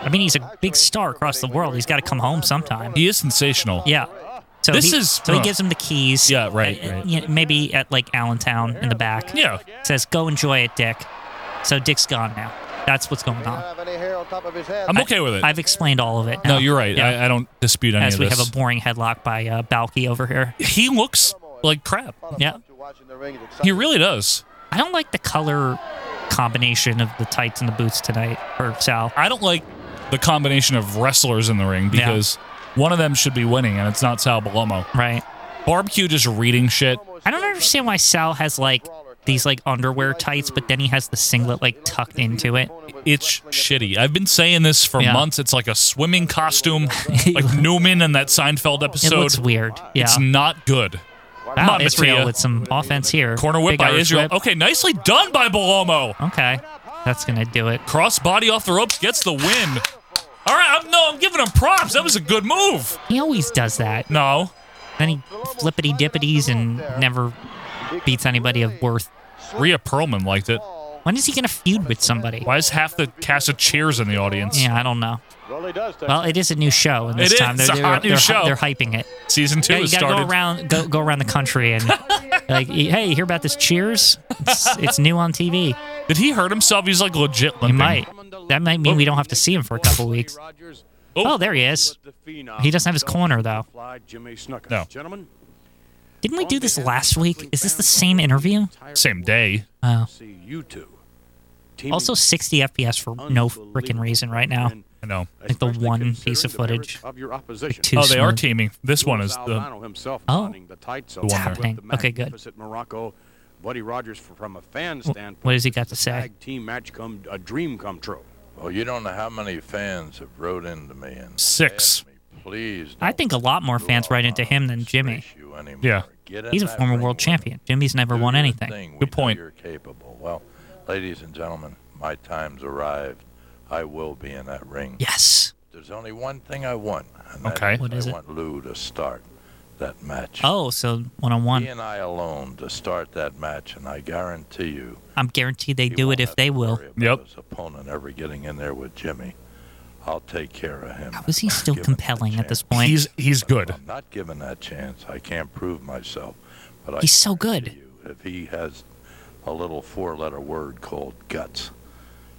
S1: I mean, he's a big star across the world. He's got to come home sometime.
S2: He is sensational.
S1: Yeah. So
S2: This
S1: he,
S2: is-
S1: so he
S2: huh.
S1: gives him the keys.
S2: Yeah, right,
S1: uh,
S2: right.
S1: yeah, maybe at like Allentown in the back.
S2: Yeah.
S1: Says, "Go enjoy it, Dick." So Dick's gone now. That's what's going on.
S4: I'm
S2: I'm okay with it.
S1: I've explained all of it. Now.
S2: no, you're right.
S1: Yeah.
S2: I, I don't dispute any
S1: As
S2: of
S1: we
S2: this.
S1: have a boring headlock by uh, Balky over here.
S2: he looks like crap.
S1: Yeah.
S2: He really does.
S1: I don't like the color combination of the tights and the boots tonight for Sal.
S2: I don't like the combination of wrestlers in the ring because one of them should be winning, and it's not Sal Balomo.
S1: Right.
S2: Barbecue just reading shit.
S1: I don't understand why Sal has like these like underwear tights, but then he has the singlet like tucked into it.
S2: It's shitty. I've been saying this for
S1: Yeah.
S2: months. It's like a swimming costume, like Newman in that Seinfeld
S1: It
S2: episode.
S1: looks weird. Yeah.
S2: It's not good.
S1: Wow,
S2: Not
S1: Israel
S2: Mattia.
S1: with some offense here.
S2: Corner whip
S1: Big
S2: by
S1: Irish
S2: Israel.
S1: whip.
S2: Okay, nicely done by Balomo.
S1: Okay. That's going to do it.
S2: Cross body off the ropes, gets the win. All right, I'm, no, I'm giving him props. That was a good move.
S1: He always does that.
S2: No,
S1: Then he flippity dippities and never beats anybody of worth.
S2: Rhea Perlman liked it.
S1: When is he going to feud with somebody?
S2: Why is half the cast of Cheers in the audience?
S1: Yeah, I don't know.
S3: Well, he does take
S1: Well, it is a new show, and this
S2: It is.
S1: time they're,
S2: It's a
S1: they're,
S2: hot new
S1: they're,
S2: show.
S1: they're hyping it.
S2: Season two
S1: Yeah, you
S2: has
S1: gotta
S2: started.
S1: go around, go, go around the country, and like, "E, hey, you hear about this Cheers? It's, it's new on TV.
S2: Did he hurt himself? He's like legit limping.
S1: He might. That might mean we don't have to see him for a couple weeks.
S3: Rodgers
S1: Oh, there he is. He doesn't have his corner though.
S3: applied Jimmy Snuka.
S2: No.
S3: Gentlemen,
S1: Didn't we do this last week? Is this the same interview?
S2: Same day.
S1: Oh.
S3: see you two. teaming
S1: Also, 60 FPS for no freaking reason right now.
S3: and
S2: I know.
S1: Like the
S3: especially
S1: one piece of
S3: considering the
S1: footage.
S3: merits Of your opposition.
S1: two-
S2: Oh, they are
S1: smooth.
S2: teaming. This one is the.
S3: Albano himself
S1: Oh.
S3: donning the
S2: It's
S3: tights along with
S1: happening.
S3: the
S1: Okay, good.
S3: magnificent Morocco, Buddy Rogers f- from a fan standpoint.
S1: What has he got to say?
S3: Tag team match come a dream come true.
S5: Well, you don't know how many fans have wrote into me and
S2: Six.
S5: asked me, Please.
S1: I think a lot more fans write into him than Jimmy.
S2: Yeah.
S1: He's a former world champion. Jimmy's never won anything.
S5: Thing. we
S2: Good
S5: know
S2: point.
S5: You're capable. Well, ladies and gentlemen, my time's arrived. I will be in that ring.
S1: Yes.
S5: There's only one thing I want. And
S2: Okay.
S5: That
S1: What is
S5: I
S1: it?
S5: want Lou to start that match.
S1: Oh, so one on
S5: He
S1: one.
S5: and I alone to start that match, and I guarantee you.
S1: I'm guaranteed they
S5: He
S1: do it
S5: won't
S1: if
S5: have
S1: they
S5: to
S1: will.
S5: worry about
S2: Yep.
S5: His opponent ever getting in there with Jimmy. I'll take care of him.
S1: How is he still
S5: Give him the
S1: compelling at
S5: chance.
S1: this point?
S2: He's he's good.
S5: I'm not given that chance. I can't prove myself. But I
S1: He's so
S5: guarantee
S1: good.
S5: You, if he has a little four-letter word called guts,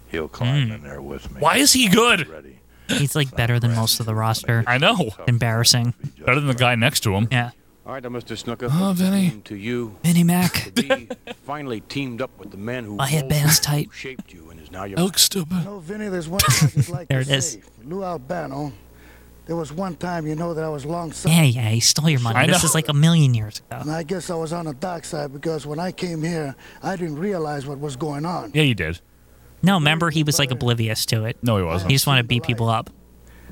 S5: he'll
S1: Hmm.
S5: climb in there with me.
S2: Why is he good?
S5: ready?
S1: He's like better than most of the roster.
S2: I know.
S1: Embarrassing.
S2: Better than the guy next to him.
S1: Yeah.
S3: All right, now, Mr. Snooker.
S2: Oh, Vinny.
S3: To you,
S1: Vinnie Mac.
S3: we finally teamed up with the man who
S1: My headband's tight.
S3: who shaped you and is now your
S1: Oh.
S2: I look stupid.
S6: No, Vinny, there's one thing I just like
S1: There
S6: to
S1: it is.
S6: say. Lou Albano, there was one time, you know, that I was long
S1: Yeah,
S6: sighted.
S1: yeah, he stole your
S2: I
S1: money. This
S2: know.
S1: is like a million years ago.
S6: And I guess I was on the dark side because when I came here, I didn't realize what was going on.
S2: Yeah, you did.
S1: No, remember he was like oblivious to it.
S2: No, he
S1: He
S2: wasn't.
S1: just wanted to beat people up.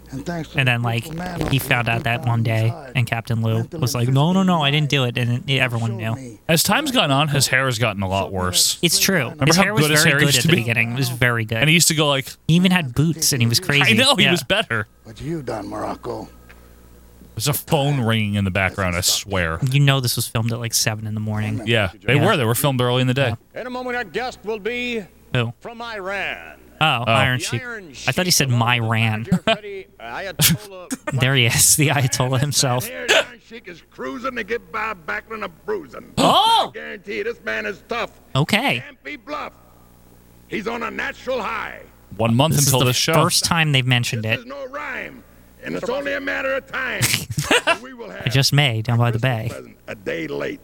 S6: And thanks to
S1: And
S6: the
S1: then like
S6: beautiful man
S1: he
S6: who
S1: found out that
S6: down
S1: one
S6: on his
S1: day
S6: hide,
S1: and Captain Lou
S6: mental
S1: was
S6: and
S1: like, "No, no, no, I didn't
S6: physically
S1: do it." And it- everyone knew.
S6: showed me
S2: As time's gone on, his hair has gotten a lot worse.
S1: It's true.
S6: Remember
S1: his
S2: how
S1: hair was
S2: good his
S1: very
S2: hair
S1: good
S2: used
S1: at
S2: to
S1: the
S2: be?
S1: beginning. It was very good.
S2: And he used to go like,
S1: He even had boots and he was crazy.
S2: I know he
S1: Yeah.
S2: was better.
S6: What you done, Morocco?
S2: There's a phone ringing in the background. I swear.
S1: You know this was filmed at like seven in the morning.
S2: Yeah, they
S1: Yeah.
S2: were. They were filmed early in the day.
S3: In a moment, our guest will be
S1: Who?
S3: from Iran.
S1: Oh, Iron
S3: The
S1: Sheik.
S3: Iron
S1: I thought he
S3: Sheik
S1: said
S3: along with
S1: my
S3: the
S1: ran.
S3: manager, Freddie uh, Ayatollah
S1: There he is, the Ayatollah himself.
S7: Here, Iron Sheik is cruising to get by Backlund a bruising.
S2: Oh!
S7: I guarantee you, this man is tough.
S1: Okay.
S7: Can't be bluffed. He's on a natural high.
S2: One month
S1: This is
S2: until
S1: the
S2: this show.
S1: first time they've mentioned it.
S7: There's no rhyme, and it's only a matter of time. we will have
S1: I just made down by the bay.
S7: Pleasant, a day late.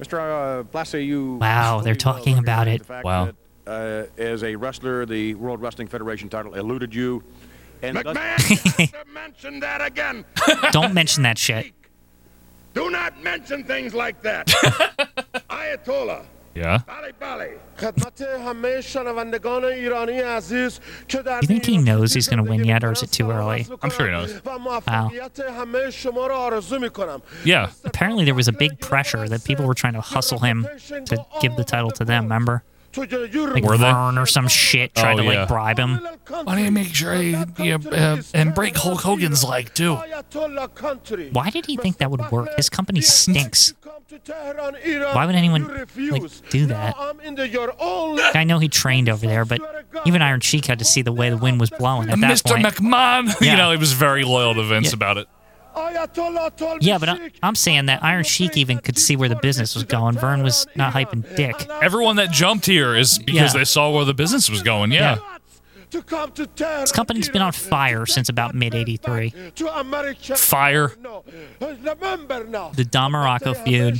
S3: Mr. Uh, Blassie, you.
S1: Wow, they're
S3: fully well
S1: talking about
S3: recognize
S1: it.
S3: the fact
S2: Wow.
S3: that, uh, as a wrestler, the World Wrestling Federation title eluded you. And does-
S7: McMahon, don't mention that again.
S1: Don't mention that shit.
S7: Do not mention things like that. Ayatollah,
S2: Yeah.
S7: Bali Bali.
S8: خدمت همه شنوندگان ایرانی عزیز که در
S1: You think he
S8: ایران
S1: knows he's gonna win
S8: زندگی
S1: yet, or is it too
S8: می‌کنم،
S1: early?
S8: سلام عرض
S2: I'm sure he knows.
S8: می‌کنم و موفقیت همه شما را آرزو می‌کنم.
S2: Yeah.
S1: Apparently, there was a big pressure that people were trying to hustle him to give the title to them, remember?
S8: To
S1: Like
S2: Were they?
S1: Vern or some shit tried
S2: Oh,
S1: to
S2: yeah.
S1: like bribe him.
S8: Why do you make sure I,
S2: yeah, uh, and break Hulk Hogan's leg, too?
S1: Why did he think that would work? His company stinks.
S8: Why
S1: would anyone, like, do that? I know he trained over there, but even Iron Sheik had to see the way the wind was blowing at that
S2: Mr.
S1: point.
S2: McMahon.
S1: Yeah.
S2: You know, he was very loyal to Vince
S1: Yeah.
S2: about it.
S1: Yeah, but I- I'm saying that Iron Sheik even could see where the business was going. Vern was not hyping dick.
S2: Everyone that jumped here is because
S1: Yeah.
S2: they saw where the business was going. Yeah.
S8: This
S1: company's been on fire since about mid-83.
S2: Fire.
S1: The Don Morocco feud.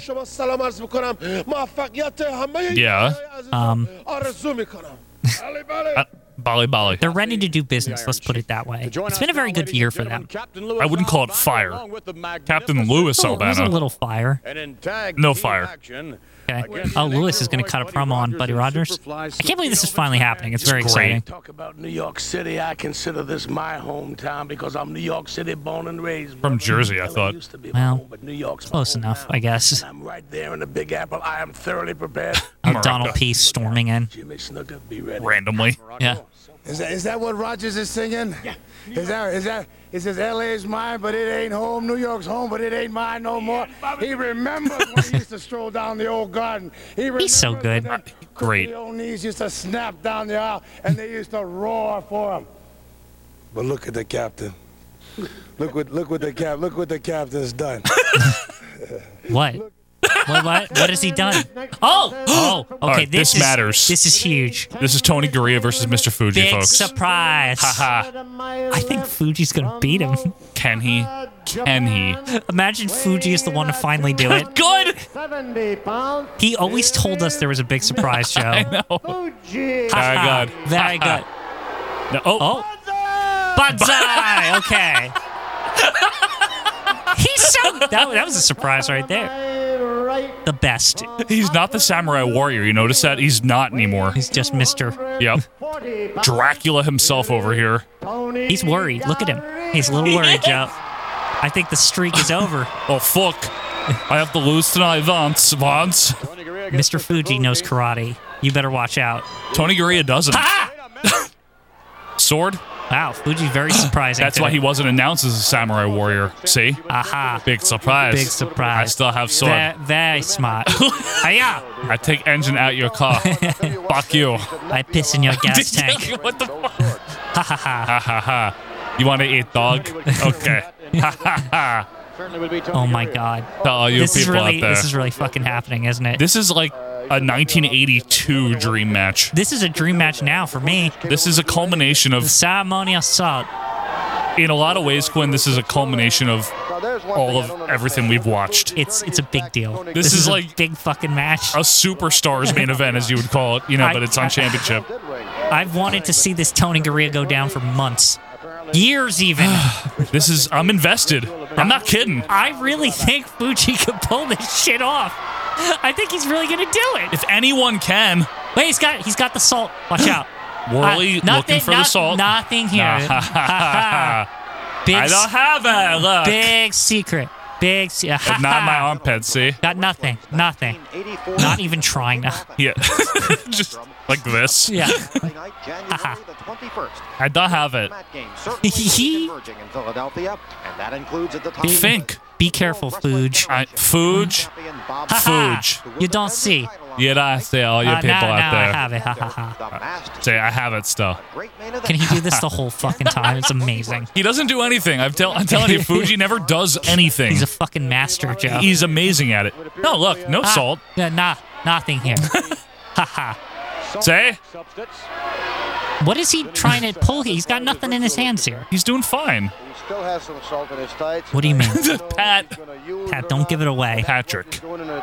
S2: Yeah.
S1: Um,
S7: Bali Bali.
S2: Bali Bali.
S1: They're ready to do business, let's put it that way.
S3: To join
S1: It's
S3: us
S1: been a
S3: now,
S1: very good
S3: ladies
S1: year
S3: and
S1: for
S3: gentlemen,
S1: them.
S3: Captain Louis
S2: I wouldn't call it
S3: Albano,
S2: fire.
S3: along with the
S2: Captain
S3: magnificent-
S2: Lewis
S1: Well, it was a
S2: Albano.
S1: little fire.
S3: And in tag
S2: No
S3: team
S2: fire.
S3: Action,
S1: Okay.
S3: against
S1: Oh,
S3: the
S1: Lewis is going to
S3: Leader
S1: cut a
S3: Boy,
S1: promo on Buddy Rogers. I
S3: Superfly
S1: can't believe this is
S3: Superfan.
S1: finally happening. It's very
S2: great.
S1: exciting.
S9: Talk about New York City. I consider this my hometown because I'm New York City born and raised. brother.
S2: From Jersey, I
S9: LA
S2: thought.
S9: Used to be
S1: Well,
S9: home, but New York's my
S1: Close enough,
S9: hometown.
S1: I guess.
S9: And I'm right there in the Big Apple. I am thoroughly prepared.
S1: Oh, Donald P. storming in.
S9: Jimmy Snooker, be ready.
S2: Randomly.
S1: Yeah.
S6: Is that, is that what Rogers is singing? Yeah. Is that is that is this LA's mine, but it ain't home. New York's home, but it ain't mine no more. He remembers when he used to stroll down the old garden. He
S1: He's so
S6: remembers
S1: good.
S6: when them
S2: Great.
S6: crooked Old knees used to snap down the aisle, and they used to roar for him. But look at the captain. Look what look what the cap look what the captain's done.
S1: What? what? What? What has he done? Oh! Oh! Okay,
S2: right,
S1: this,
S2: this
S1: is,
S2: matters.
S1: This is huge.
S2: This is Tony Garea versus Mr. Fuji,
S1: Big
S2: folks.
S1: surprise.
S2: Haha.
S1: I think Fuji's going to beat him.
S2: Can he? Can he?
S1: Imagine Fuji is the one to finally do it.
S2: Good.
S1: He always told us there was a big surprise show. I know.
S2: Very good.
S1: Very good.
S2: No, oh,
S1: Oh. Banzai! Okay. He's so. That, that was a surprise right there. The best.
S2: he's not the samurai warrior. You notice that he's not anymore.
S1: He's just Mr.
S2: Yep. Dracula himself over here.
S1: He's worried. Look at him. He's a little worried, Joe. I think the streak is over.
S2: Oh fuck! I have to lose tonight, Vance. Vance.
S3: Tony Guerrero against
S1: Mr. Fuji knows karate. You better watch out.
S2: Tony Garea doesn't.
S1: Ah!
S3: Wait a minute.
S2: Sword.
S1: Wow, Fuji's very surprising.
S2: That's why he
S1: today.
S2: wasn't announced as a samurai warrior. See?
S1: Aha.
S2: Big surprise.
S1: Big surprise.
S2: I still have sword.
S1: Very, very smart. Hiya!
S2: I take engine out your car. Fuck you.
S1: I piss in your gas tank.
S2: what the fuck?
S1: Ha ha ha.
S2: Ha ha ha. You want to eat dog? Okay.
S3: Certainly would be Tony
S1: Oh my
S3: Greer.
S1: god.
S2: to all you
S1: This is
S2: people
S1: really
S2: out there.
S1: this is really fucking happening, isn't it?
S2: This is like a 1982 dream match.
S1: This is a dream match now for me.
S2: This is a culmination
S1: The
S2: of,
S1: ceremonial assault.
S2: in a lot of ways, Quinn, this is a culmination of
S4: Now, there's one
S2: all
S4: thing I
S2: of
S4: don't
S2: everything
S4: understand.
S2: we've watched.
S1: It's it's a big deal.
S4: This
S2: is
S1: a
S2: like-
S1: big fucking match.
S2: A superstars main event, as you would call it, you know,
S1: I-
S2: but it's on championship.
S4: Did ring.
S1: I've wanted to see this Tony Garea go down for months, years even.
S2: This is, I'm invested. I'm not kidding.
S1: I really think Fuji could pull this shit off. I think he's really gonna do it.
S2: If anyone can,
S1: Wait, he's got he's got the salt. Watch out.
S2: Worley
S1: Uh, nothing-
S2: looking for the
S1: not-
S2: salt.
S1: Nothing here.
S2: Nah.
S1: big,
S2: I don't have that. Look.
S1: big secret. Big secret.
S2: But not my armpit, see?
S1: Got nothing. Nothing. Not even trying to.
S2: Yeah. Just like this.
S1: Yeah.
S10: January the 21st.
S2: I don't have it.
S10: Mat game certainly is converging in Philadelphia, and that includes at the top.
S2: Think.
S1: Be careful, Fuge.
S2: I, Fuge. Fuge.
S1: You don't see.
S2: Yeah, I say all you
S1: Uh,
S2: people
S1: now,
S2: out
S1: now
S2: there.
S1: I have it. Ha ha ha.
S2: Say I have it still.
S1: Can he do this the whole fucking time? It's amazing.
S2: He doesn't do anything. I'm, tell- I'm telling you, Fuji never does anything.
S1: He's a fucking master, Joe.
S2: He's amazing at it. No, look, no
S1: Ah,
S2: salt.
S1: Yeah, nah, nothing here. Haha.
S2: Say
S1: what is he trying to pull? here? He's got nothing in his hands here.
S2: he's doing fine.
S4: He still has some salt in his tights.
S1: What do you mean?
S2: Pat,
S1: Pat, don't give it away.
S2: Patrick.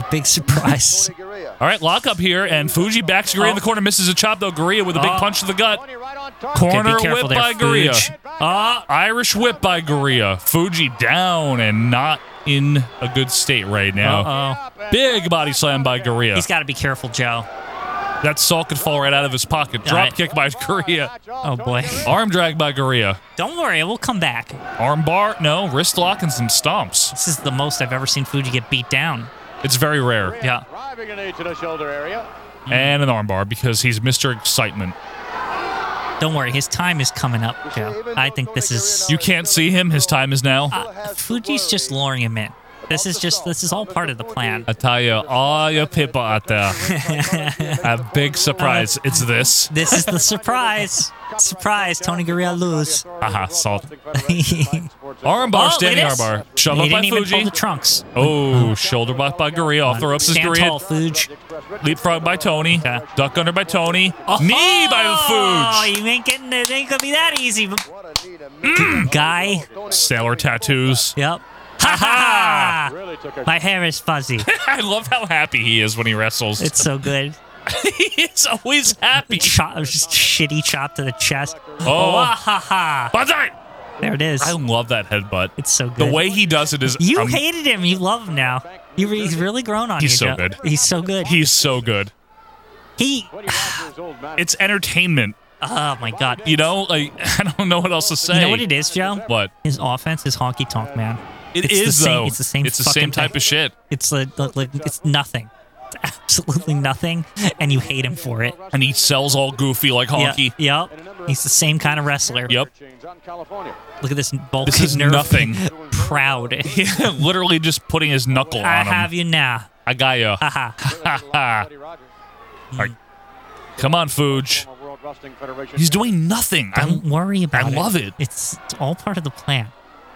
S1: Big surprise.
S4: Tony Garea.
S2: All right, lock up here, and Fuji backs Gurria in the corner, misses a chop though. Gurria with a big
S1: Oh.
S2: punch to the gut.
S1: Okay, be
S2: Corner whip
S1: careful there,
S2: by Gurria.
S1: Fuge.
S2: Ah, Irish whip by Gurria. Fuji down and not in a good state right now.
S1: Uh oh.
S2: Big body slam by Gurria.
S1: He's got to be careful, Joe.
S2: That salt could fall right out of his pocket.
S1: All
S2: Drop
S1: right.
S2: kick by Gurria.
S1: Oh boy.
S2: Arm drag by Gurria.
S1: Don't worry, we'll come back.
S2: Arm bar? No. Wrist lock and some stomps.
S1: This is the most I've ever seen Fuji get beat down.
S2: It's very rare.
S1: Yeah.
S7: Driving a knee to the shoulder area.
S2: And an arm bar because he's Mr. Excitement.
S1: Don't worry, his time is coming up, Joe. I think this is.
S2: You can't see him. His time is now.
S1: Uh, Fuji's just luring him in. This is just. This is all part of the plan.
S2: I tell you, all your people out there, a big surprise.
S1: Uh,
S2: It's this.
S1: This is the surprise. Surprise, Tony Gurria lose.
S2: Haha, salt. Arm
S4: Arm.
S2: bar,
S1: Oh,
S2: standing
S1: it
S2: arm
S1: is.
S2: bar. Shove
S1: he
S2: up by
S1: didn't even pull
S2: Fuji.
S1: the trunks.
S2: Oh, shoulder block by Gurria. Off the ropes is
S1: Stand tall,
S2: Gurria.
S1: Fuge.
S2: Leapfrog by Tony.
S1: Yeah.
S2: Duck under by Tony. Knee by
S1: Oh,
S2: Fuji.
S1: you ain't getting it. Ain't gonna be that easy, but-
S2: Mm.
S1: guy.
S2: Sailor tattoos.
S1: Yep. Ha ha!
S7: Really took a
S1: My hair is fuzzy.
S2: I love how happy he is when he wrestles.
S1: It's so good.
S2: He's always happy.
S1: Chop, just shitty chop to the chest.
S2: Oh.
S1: ah, ha ha!
S2: Banzai!
S1: There it is.
S2: I love that headbutt.
S1: It's so good.
S2: The way he does it is
S1: you
S2: um,
S1: hated him, you love him now. You re- he's really grown on
S2: He's
S1: you.
S2: so
S1: Joe.
S2: good.
S1: He's so good.
S2: he's so good.
S1: He.
S2: It's entertainment.
S1: Oh my god.
S2: You know, like I don't know what else to say.
S1: You know what it is, Joe?
S2: What?
S1: His offense is honky tonk, man.
S2: it's
S1: It's the same-
S2: though.
S1: it's the same
S2: It's the same
S1: fucking
S2: type
S1: thing.
S2: of shit.
S1: It's like, like, like- it's nothing. It's absolutely nothing, and you hate him for it.
S2: And he sells all goofy like
S1: Yeah,
S2: honky.
S1: Yep. He's the same kind of wrestler.
S2: Yep.
S7: chains on California.
S1: Look at this bulky
S2: This is
S1: nerve.
S2: nothing.
S1: Proud.
S2: Literally just putting his knuckle
S1: I
S2: on him.
S1: have you now.
S2: I got you.
S1: Haha.
S7: Buddy Rogers,
S2: Come on, Fuge.
S7: former World Wrestling Federation.
S2: He's doing nothing.
S1: Don't
S2: I'm,
S1: worry about
S2: I
S1: it.
S2: love it.
S1: It's, it's all part of the plan.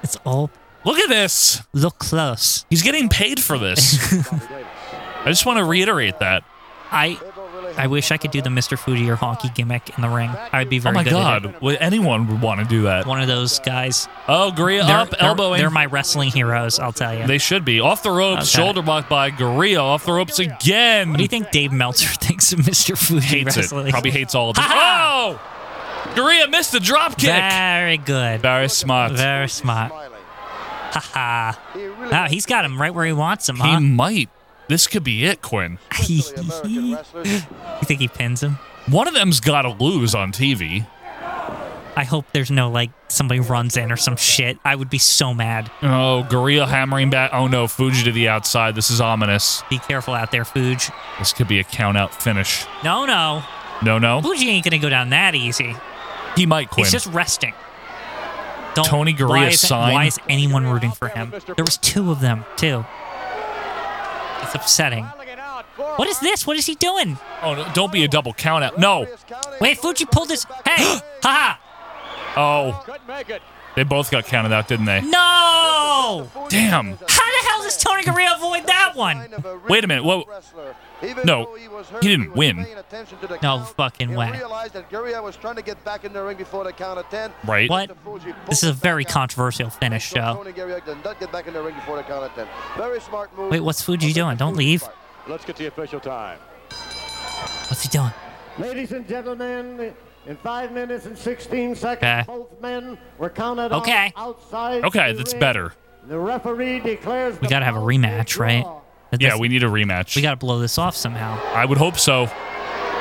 S1: It's all
S2: look at this.
S1: look close.
S2: He's getting paid for this. I just want to reiterate that. Oh
S1: I I wish I could do the Mr. Fuji or honky gimmick in the ring. I'd be
S2: Oh
S1: very
S2: my
S1: good at
S2: God, would anyone would want to do that?
S1: it. One of those guys.
S2: Oh, Gurria
S1: They're,
S2: up,
S1: they're-
S2: elbowing.
S1: they're my wrestling heroes, I'll tell you.
S2: They should be off the ropes.
S1: Okay.
S2: Shoulder block by Gurria. Off the ropes again.
S1: what do you think Dave Meltzer thinks of Mr. Fuji
S2: hates
S1: wrestling?
S2: it. Probably hates all of this. oh,
S1: Ha
S2: Gurria missed the drop kick.
S1: Very good.
S2: Very smart.
S1: Very smart. Haha. Wow, he's got him right where he wants him,
S2: He
S1: huh?
S2: might. This could be it, Quinn.
S1: you think he pins him?
S2: One of them's got to lose on TV.
S1: I hope there's no like somebody runs in or some shit. I would be so mad.
S2: Oh, Gurria hammering back. Oh no, Fuji to the outside. This is ominous.
S1: Be careful out there, Fuge.
S2: This could be a count out finish.
S1: No, no.
S2: No, no.
S1: Fuji ain't gonna go down that easy.
S2: He might, Quinn.
S1: He's just resting. Don't,
S2: Tony Gurria's
S1: why is,
S2: sign.
S1: Why is anyone rooting for him? There was two of them too. It's upsetting. What is this? What is he doing?
S2: oh, no, don't be a double count out. No.
S1: Wait, Fuji pulled his. Hey, haha!
S2: Oh,
S7: Could make it.
S2: They both got counted out, didn't they?
S1: No!
S2: Damn.
S1: Oh. How the hell does Tony Garea avoid that one?
S2: Wait a minute. What? No, he didn't win.
S1: No fucking way.
S4: Realized that Gurria was trying to get back in the ring before the count of 10.
S2: Right.
S1: What? This is a very controversial finish, Joe.
S4: Tony Gurria did not get back in the ring before the count of 10. Very smart move.
S1: Wait, what's Fuji doing? Don't leave.
S3: Let's get the official time.
S1: What's he doing?
S11: Ladies and gentlemen, in five minutes and 16 seconds,
S1: Okay.
S11: both men were counted
S1: Okay.
S11: out outside.
S2: Okay,
S11: the
S2: that's
S11: ring.
S2: better.
S11: The referee declares
S1: We gotta have a rematch, right?
S2: Yeah, we need a rematch.
S1: We gotta blow this off somehow.
S2: I would hope so.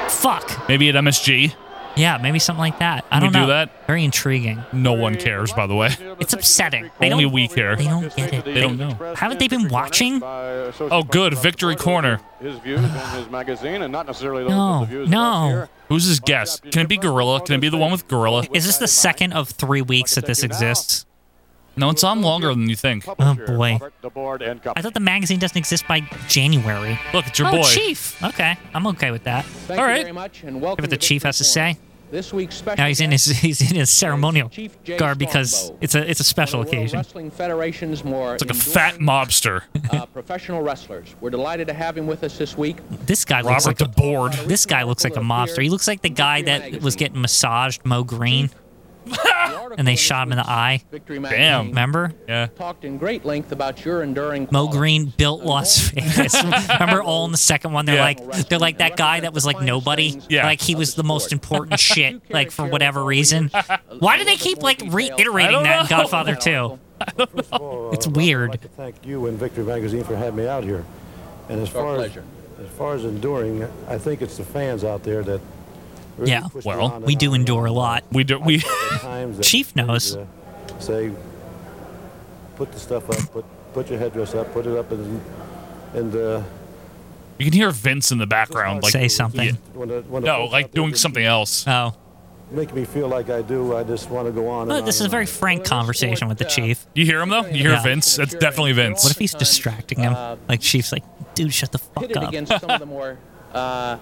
S1: Fuck.
S2: Maybe at MSG.
S1: Yeah, maybe something like that. I
S2: Can we
S1: don't know.
S2: do that?
S1: Very intriguing.
S2: No one cares, by the way.
S1: It's upsetting. They
S2: Only
S1: don't,
S2: we care.
S1: They don't get it.
S2: They don't know.
S1: Haven't they been watching?
S2: Oh, good. Victory corner.
S3: His views and his magazine, and not necessarily those
S1: No,
S3: of the views.
S1: no.
S2: Who's his guess? Can it be Gorilla? Can it be the one with Gorilla?
S1: Is this the second of three weeks that this exists?
S2: No, it's on longer than you think.
S1: Oh boy.
S3: The board and
S1: I thought the magazine doesn't exist by January.
S2: Look, it's your
S1: oh,
S2: boy.
S1: Chief. Okay, I'm okay with that.
S12: Thank
S2: All
S12: you
S2: right.
S12: very much, and welcome.
S1: Give it the
S12: to
S1: chief
S12: Victory
S1: has to
S12: Corner.
S1: say.
S12: This week's special.
S1: Now he's in his
S12: guest,
S1: he's in his ceremonial
S12: Chief Jay
S1: garb because
S12: Strongbow,
S1: it's a it's a special
S12: one of the World
S1: occasion.
S12: Wrestling Federation's more
S2: It's like a fat mobster.
S12: uh, professional wrestlers. We're delighted to have him with us this week.
S1: This guy looks like
S2: Robert the
S1: a,
S2: Board.
S1: this guy looks like a mobster. He looks like the guy that was getting massaged, Mo Green, and they shot him in the eye.
S12: Victory
S2: Damn.
S12: magazine
S1: Remember?
S2: Yeah.
S12: talked in great length about your enduring.
S1: Mo
S12: qualities.
S1: Green built Las Vegas. Remember all in the second one? They're
S2: Yeah.
S1: like they're like that guy that was like nobody.
S2: Yeah.
S1: Like he was the most important shit, like for whatever reason.
S12: uh,
S1: Why do they keep like reiterating
S2: I don't
S1: that in
S2: know.
S1: Godfather 2? It's weird.
S13: uh, I'd like to thank you and Victory Magazine for having me out here. And as far as,
S12: pleasure.
S13: as far as enduring, I think it's the fans out there that really
S1: Yeah.
S13: push me on
S1: Well,
S13: and
S1: we
S13: on
S1: do
S13: and
S1: endure a
S13: on.
S1: lot.
S2: We do. We.
S13: At times that
S1: Chief knows.
S13: uh, Say, put the stuff up, put put your headdress up, put it up, and and uh,
S2: You can hear Vince in the background, like
S1: Say something.
S2: Yeah.
S13: when the, when the
S2: No,
S13: folks out
S2: like
S13: there
S2: doing
S13: that
S2: something else.
S1: Oh.
S13: Make me feel like I do. I just want to go on. and
S1: But
S13: on
S1: this is
S13: and
S1: a very
S13: on.
S1: frank conversation with the chief.
S2: You hear him though? You hear
S1: Yeah.
S2: Vince? That's definitely Vince.
S1: What if he's distracting him?
S13: uh,
S1: Like chief's like, dude, shut the fuck
S12: pitted
S1: up.
S12: against some of the more uh,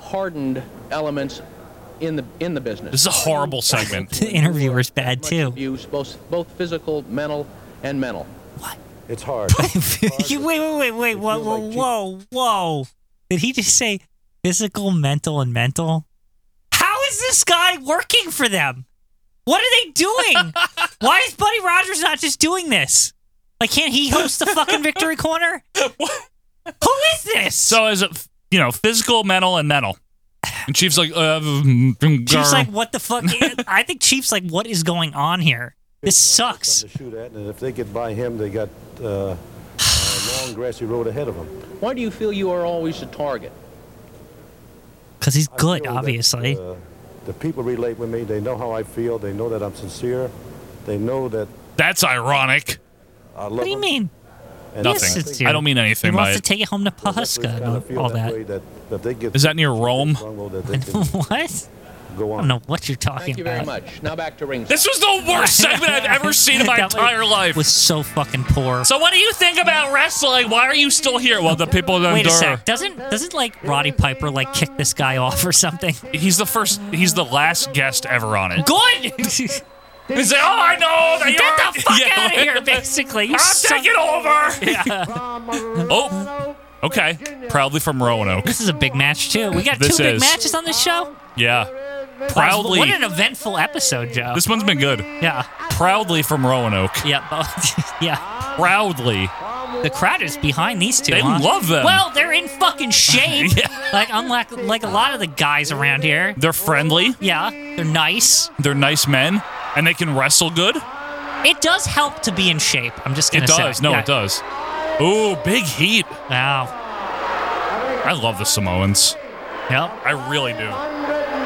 S12: hardened elements in the in the business.
S2: This is a horrible segment.
S1: The interviewer's bad
S12: Much
S1: too.
S12: Abuse, both both physical, mental, and mental.
S13: It's hard.
S1: You- wait, wait, wait, wait, whoa, whoa, whoa, whoa. Did he just say physical, mental, and mental? How is this guy working for them? What are they doing? Why is Buddy Rogers not just doing this? Like, can't he host the fucking Victory Corner? Who is this?
S2: So is it you know physical, mental, and mental? And Chief's like, uh, Chief's
S1: Chief's like, what the fuck? I think Chief's like, what is going on here? This sucks.
S13: to shoot at, and if they get by him, they got uh, a long grassy road ahead of them.
S12: Why do you feel you are always the target?
S1: Because he's
S13: I
S1: good,
S13: feel that,
S1: obviously.
S13: uh, the people relate with me. They know how I feel. They know that I'm sincere. They know that
S2: That's ironic.
S13: I love
S1: What do you mean?
S13: And
S2: Nothing.
S1: Yes, it's
S2: I don't mean
S1: He
S2: anything by
S1: wants to
S2: it.
S1: take it home to
S13: wrestlers
S1: Pahuska
S13: kinda
S1: and
S13: feel
S1: all
S13: that,
S1: that.
S13: way that, that they get
S2: Is that near Rome?
S13: strong will that they can
S1: what?
S13: go
S1: I don't
S13: on.
S1: know what you're talking
S12: Thank you
S1: about.
S12: very much. Now back to ringside.
S2: This was the worst segment I've ever seen in my
S1: That was-
S2: entire life.
S1: Was so fucking poor.
S2: So what do you think about wrestling? Why are you still here? Well, the people that
S1: Wait a
S2: endure.
S1: sec. Doesn't doesn't like Roddy Piper like kick this guy off or something?
S2: He's the first. He's the last guest ever on it.
S1: Good.
S2: He's like, oh, I know. That
S1: Get the
S2: you're-"
S1: fuck
S2: Yeah,
S1: out of here, basically. You
S2: I'm
S1: suck.
S2: taking over. Oh, okay. Proudly from Roanoke.
S1: This is a big match too. We got
S2: This
S1: two big
S2: is.
S1: matches on this show.
S2: Yeah.
S1: Wow, What
S2: Proudly.
S1: an eventful episode, Joe.
S2: This one's been good.
S1: yeah.
S2: Proudly from Roanoke.
S1: Yeah. oh, yeah.
S2: Proudly.
S1: The crowd is behind these two.
S2: They
S1: huh?
S2: love them.
S1: Well, they're in fucking shape.
S2: Yeah.
S1: Like unlike like a lot of the guys around here.
S2: They're friendly.
S1: Yeah, they're nice.
S2: They're nice men, and they can wrestle good.
S1: It does help to be in shape. I'm just gonna
S2: It
S1: say.
S2: does. No,
S1: Yeah.
S2: it does. Ooh, big heat.
S1: Wow.
S2: I love the Samoans.
S1: Yep.
S2: I really do.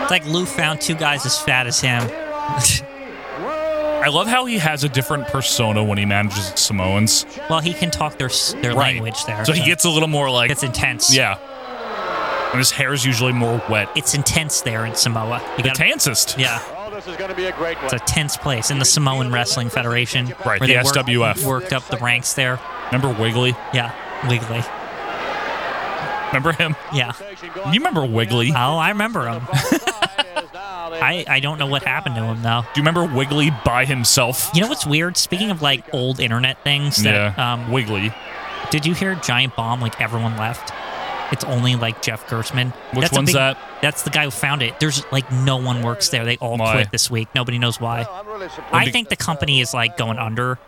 S1: It's like Lou found two guys as fat as him.
S2: I love how he has a different persona when he manages Samoans.
S1: well, he can talk their s- their
S2: Right.
S1: language there.
S2: So he gets a little more like
S1: it's intense.
S2: yeah, and his hair is usually more wet.
S1: It's intense there in Samoa. You
S2: The
S1: gotta-
S2: tansist.
S1: Yeah.
S3: Oh, this is going to be a great one.
S1: It's a tense place in the Samoan Wrestling Federation.
S2: Right, the
S1: they work-
S2: SWF.
S1: worked up the ranks there.
S2: Remember Wiggly?
S1: Yeah, Wiggly.
S2: Remember him?
S1: Yeah. Uh,
S2: You remember Wiggly?
S1: Oh, I remember him. I, I don't know what happened to him though.
S2: Do you remember Wiggly by himself?
S1: You know what's weird? Speaking of like old internet things, that,
S2: Yeah,
S1: um,
S2: Wiggly.
S1: Did you hear Giant Bomb? Like everyone left. It's only like Jeff Gerstmann.
S2: Which
S1: That's a
S2: one's
S1: big-
S2: that?
S1: That's the guy who found it. There's like no one works there. They all
S2: Why?
S1: quit this week. Nobody knows why. I think the
S4: uh,
S1: company is like going under.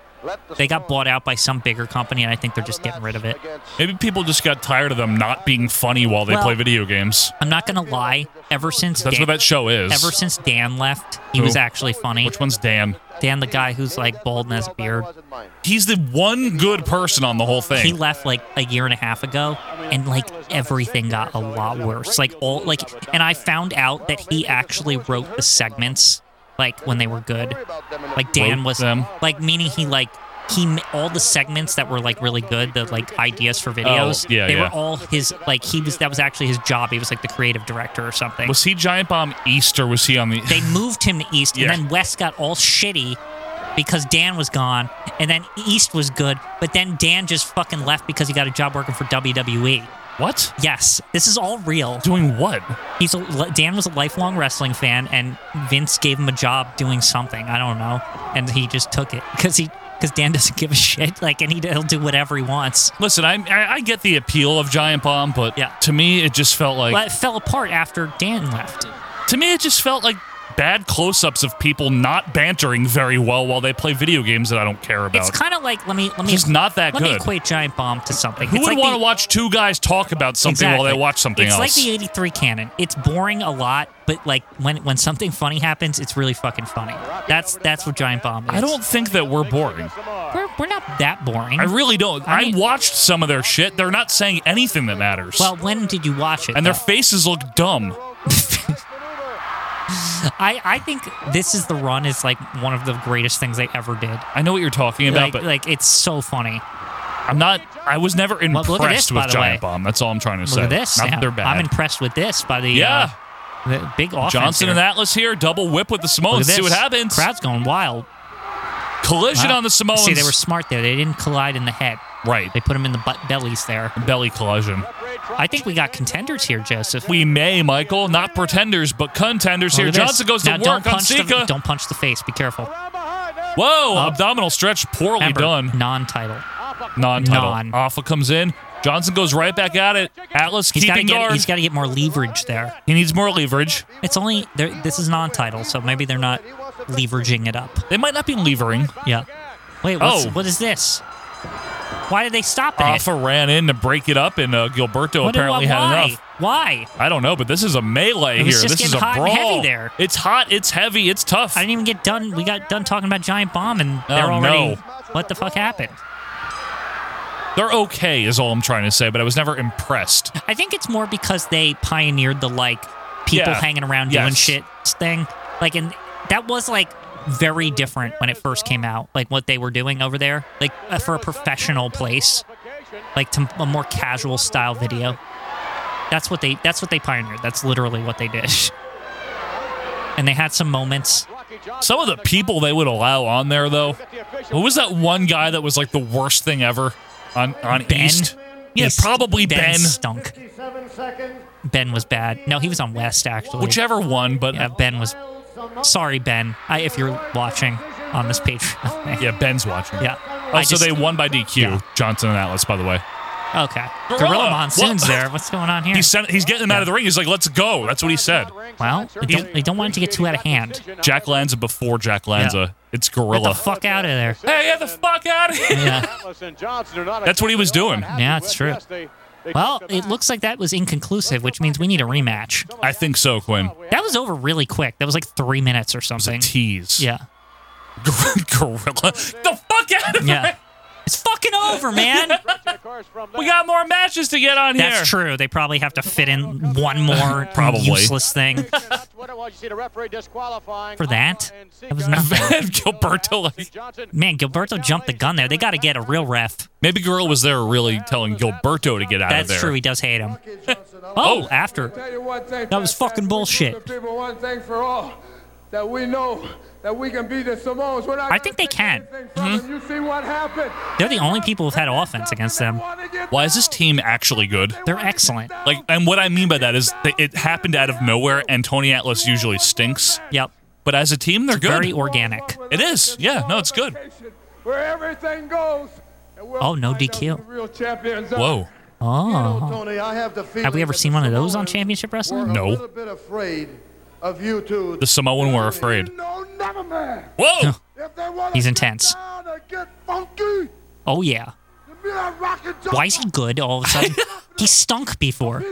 S1: They got bought out by some bigger company, and I think they're just getting rid of it.
S2: Maybe people just got tired of them not being funny while they
S1: Well-
S2: play video games.
S1: I'm not gonna lie. Ever since
S2: That's
S1: Dan,
S2: what that show is.
S1: Ever since Dan left, he
S2: Who?
S1: was actually funny.
S2: Which one's Dan?
S1: Dan, the guy who's like bald and has a beard.
S2: He's the one good person on the whole thing.
S1: He left like a year and a half ago, and like everything got a lot worse. Like all like, and I found out that he actually wrote the segments like when they were good. Like Dan
S2: Wrote
S1: was
S2: them?
S1: like meaning he like he m- all the segments that were like really good, the like ideas for
S2: Oh,
S1: videos.
S2: yeah,
S1: they
S2: yeah.
S1: were all his like he was that was actually his job. He was like the creative director or something.
S2: Was he Giant Bomb East or was he on the?
S1: they moved him to East,
S2: Yeah.
S1: and then West got all shitty because Dan was gone, and then East was good, but then Dan just fucking left because he got a job working for WWE.
S2: What?
S1: Yes, this is all real.
S2: Doing what?
S1: He's a, Dan was a lifelong wrestling fan, and Vince gave him a job doing something. I don't know, and he just took it because he because Dan doesn't give a shit. Like, and he, he'll do whatever he wants.
S2: Listen, I, I I get the appeal of Giant Bomb, but to me it just felt like
S1: Well, it fell apart after Dan left.
S2: to me it just felt like bad close-ups of people not bantering very well while they play video games that I don't care about.
S1: It's kind of like let me let me.
S2: He's not that
S1: let me
S2: good.
S1: equate Giant Bomb to something.
S2: Who
S1: It's
S2: would
S1: like
S2: want
S1: the-
S2: to watch two guys talk about something while they
S1: Exactly.
S2: watch something
S1: it's
S2: else?
S1: like the 83 canon. It's boring a lot, but like when when something funny happens, it's really fucking funny. That's that's what Giant Bomb is.
S2: I don't think that we're boring.
S1: We're, we're not that boring.
S2: I really don't. I,
S1: I mean-
S2: watched some of their shit. They're not saying anything that matters.
S1: Well, when did you watch it?
S2: and their
S1: though?
S2: faces look dumb.
S1: I I think this is the run is like one of the greatest things they ever did.
S2: I know what you're talking about,
S1: like,
S2: but
S1: like it's so funny.
S2: I'm not. I was never impressed
S1: look at this, by
S2: with
S1: the
S2: Giant
S1: way.
S2: Bomb. That's all I'm trying to
S1: Look
S2: say.
S1: at this.
S2: Not
S1: yeah.
S2: that they're bad.
S1: I'm impressed with this by the
S2: Yeah.
S1: uh, the big offense.
S2: Johnson
S1: here.
S2: and Atlas here, double whip with the
S1: Look at
S2: Samoans. See
S1: this.
S2: what happens.
S1: Crowd's going wild.
S2: Collision
S1: Wow.
S2: on the Samoans.
S1: See, they were smart there. They didn't collide in the head.
S2: Right.
S1: They put them in the butt bellies there.
S2: belly collision.
S1: I think we got contenders here, Joseph.
S2: We may, Michael, not pretenders, but contenders
S1: Oh, Look
S2: here.
S1: at this.
S2: Johnson goes to
S1: Now, don't
S2: work on
S1: punch the-
S2: Sika.
S1: don't punch the face. Be careful.
S2: Whoa,
S1: Up.
S2: abdominal stretch poorly
S1: Remember,
S2: done.
S1: Non-title.
S2: Non-title.
S1: Non.
S2: Alpha comes in. Johnson goes right back at it. Atlas
S1: He's got to
S2: keeping
S1: get.
S2: guard.
S1: He's got to get more leverage there.
S2: he needs more leverage.
S1: It's only they're- this is non-title, so maybe they're not leveraging it up.
S2: They might not be levering.
S1: Yeah. Wait. What's,
S2: Oh.
S1: What is this? Why did they stop it?
S2: Alpha ran in to break it up, and uh, Gilberto
S1: What-
S2: apparently had
S1: why?
S2: enough.
S1: Why?
S2: I don't know, but this is a melee
S1: It was
S2: here.
S1: just
S2: this is a
S1: getting hot
S2: brawl.
S1: and heavy there.
S2: It's hot. It's heavy. It's tough.
S1: I didn't even get done. We got done talking about Giant Bomb, and they're
S2: Oh,
S1: already.
S2: no.
S1: What the fuck happened?
S2: They're okay, is all I'm trying to say. But I was never impressed.
S1: I think it's more because they pioneered the like people
S2: Yeah.
S1: hanging around
S2: Yes.
S1: doing shit thing. Like, and that was like very different when it first came out. Like what they were doing over there, like uh, for a professional place, like to a more casual style video. That's what they. That's what they pioneered. That's literally what they did. And they had some moments.
S2: Some of the people they would allow on there, though. What was that one guy that was like the worst thing ever on on
S1: Ben?
S2: East? Yeah,
S1: East.
S2: probably
S1: Ben
S2: Ben.
S1: stunk. Ben was bad. No, he was on West actually.
S2: Whichever one, but
S1: Yeah, Uh, Ben was. Sorry, Ben. I, if you're watching on this page.
S2: yeah, Ben's watching.
S1: Yeah.
S2: Oh,
S1: I
S2: so
S1: just-
S2: they won by DQ. Johnson and Atlas, by the way.
S1: Okay.
S2: Gorilla.
S1: Gorilla, Monsoon's
S2: What-
S1: there. What's going on here?
S2: He sent, he's getting them out of the ring. He's like, "Let's go." That's what he said.
S1: well, they don't, they don't want it to get too out of hand.
S2: Jack Lanza before Jack Lanza. It's
S1: Get the
S2: Gorilla.
S1: fuck out of there.
S2: Hey, get the fuck out of here.
S1: Yeah.
S2: That's what he was doing.
S1: Yeah, it's true. Well, it looks like that was inconclusive, which means we need a rematch.
S2: I think so, Quinn.
S1: That was over really quick. That was like three minutes or something.
S2: Tease.
S1: Yeah.
S2: Gorilla. The fuck out of
S1: Yeah.
S2: here.
S1: It's fucking over, man.
S2: We got more matches to get on here.
S1: That's true. They probably have to fit in one more
S2: Probably.
S1: useless thing for that. That was nothing.
S2: And Gilberto, like,
S1: Man, Gilberto jumped the gun there. They got to get a real ref.
S2: maybe Gorilla was there really telling Gilberto to get out of
S1: That's
S2: there.
S1: true. He does hate him. oh, after.
S6: Tell you one thing,
S1: That was fucking bullshit.
S6: people, one thing for all.
S14: that we know that we can beat the Samoans. We're not
S1: I think they can. Hmm?
S14: Mhm. You see what happened?
S1: They're the only people who've had offense against them.
S2: Why is this team actually good?
S1: They're excellent.
S2: Like, and what I mean by that is that it happened out of nowhere, and Tony Atlas usually stinks.
S1: Yep.
S2: But as a team, they're good.
S1: Very organic.
S2: It is. Yeah. No, it's good.
S14: Where everything goes. and we'll
S1: Oh, no
S14: find out
S1: DQ.
S14: who the real champions are.
S2: Whoa.
S1: Oh.
S14: Tony, I have the feeling
S1: Have we ever
S14: that
S1: seen
S14: the
S1: one of those on
S14: Samoans
S1: Championship
S14: were
S1: Wrestling?
S14: A little bit afraid of you two.
S2: The Samoan were afraid. Whoa.
S1: He's intense. Oh, yeah. Why is he good all of a sudden? he stunk before.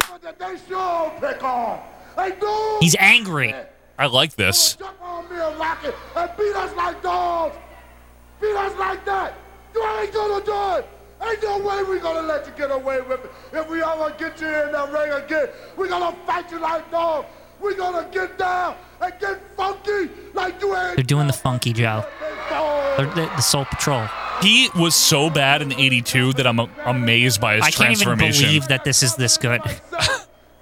S1: He's angry.
S2: I like this.
S14: on me and lock it and beat us like dogs. Beat us like that. You ain't gonna do it. Ain't no way we gonna let you get away with it. If we ever get you in that ring again, we gonna fight you like dogs. We gonna get down and get funky like you ain't
S1: They're doing the funky Joe. They're the, the Soul Patrol.
S2: He was so bad in '82 that I'm a- amazed by his
S1: I can't even
S2: transformation.
S1: believe that this is this good.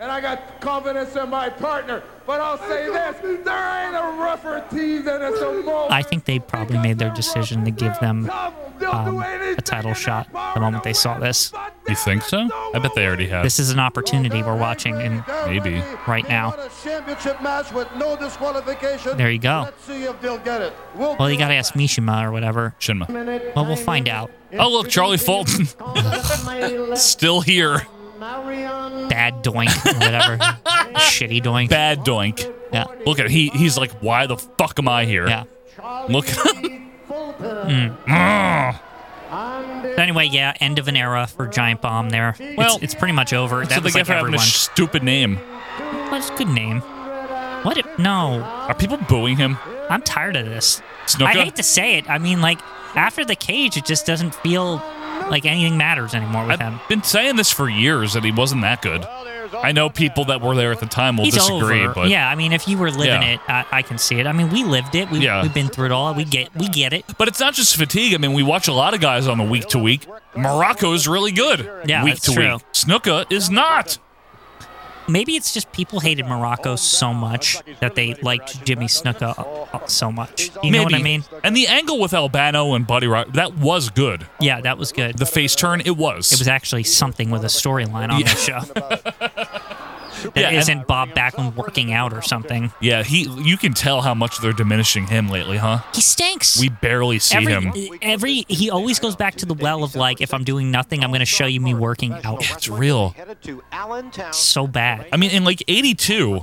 S14: and I got confidence in my partner. But I'll say this, there ain't a rougher team than a Samoa.
S1: I think they probably made their decision to give them um, a title shot the moment they saw this.
S2: You think so? I bet they already have.
S1: This is an opportunity we're watching in
S2: Maybe.
S1: right now.
S4: A championship match with no disqualification.
S1: There you go.
S4: Let's see if they'll get it. We'll
S1: Well, you gotta ask Mishima or whatever.
S2: Shinma.
S1: Well, we'll find out.
S2: Oh look, Charlie Fulton still here.
S1: Bad doink, or whatever. Shitty doink.
S2: Bad doink.
S1: Yeah.
S2: Look at he. He's like, why the fuck am I here?
S1: Yeah.
S2: Look.
S1: Mm.
S2: Mm.
S1: But anyway, yeah, end of an era for Giant Bomb there.
S2: Well,
S1: it's, it's pretty much over.
S2: That's
S1: That
S2: what they
S1: was
S2: get
S1: like
S2: for having a
S1: everyone.
S2: stupid name.
S1: That's a good name. What? It, no.
S2: Are people booing him?
S1: I'm tired of this.
S2: Snuka?
S1: I hate to say it. I mean, like after the cage, it just doesn't feel like anything matters anymore with him.
S2: Been saying this for years that he wasn't that good. I know people that were there at the time will
S1: He's
S2: disagree,
S1: over.
S2: but
S1: yeah, I mean, if you were living
S2: Yeah.
S1: it, I, I can see it. I mean, we lived it. We,
S2: Yeah.
S1: We've been through it all. We get, we get it.
S2: But it's not just fatigue. I mean, we watch a lot of guys on the week to week. Morocco's really good.
S1: Yeah,
S2: week
S1: that's
S2: to
S1: true.
S2: week. Snuka is not.
S1: Maybe it's just people hated Morocco so much that they liked Jimmy Snuka uh, uh, so much. You know what I
S2: Maybe.
S1: mean?
S2: And the angle with Albano and Buddy Rock, that was good.
S1: Yeah, that was good.
S2: The face turn, it was.
S1: It was actually something with a storyline on
S2: Yeah.
S1: this show.
S2: Yeah,
S1: That
S2: and-
S1: not Bob Backlund working out or something.
S2: Yeah, he. You can tell how much they're diminishing him lately, huh?
S1: He stinks.
S2: We barely see
S1: every,
S2: him.
S1: Every he always goes back to the well of like, if I'm doing nothing, I'm going to show you me working out.
S2: It's real.
S1: So bad.
S2: I mean, in like '82,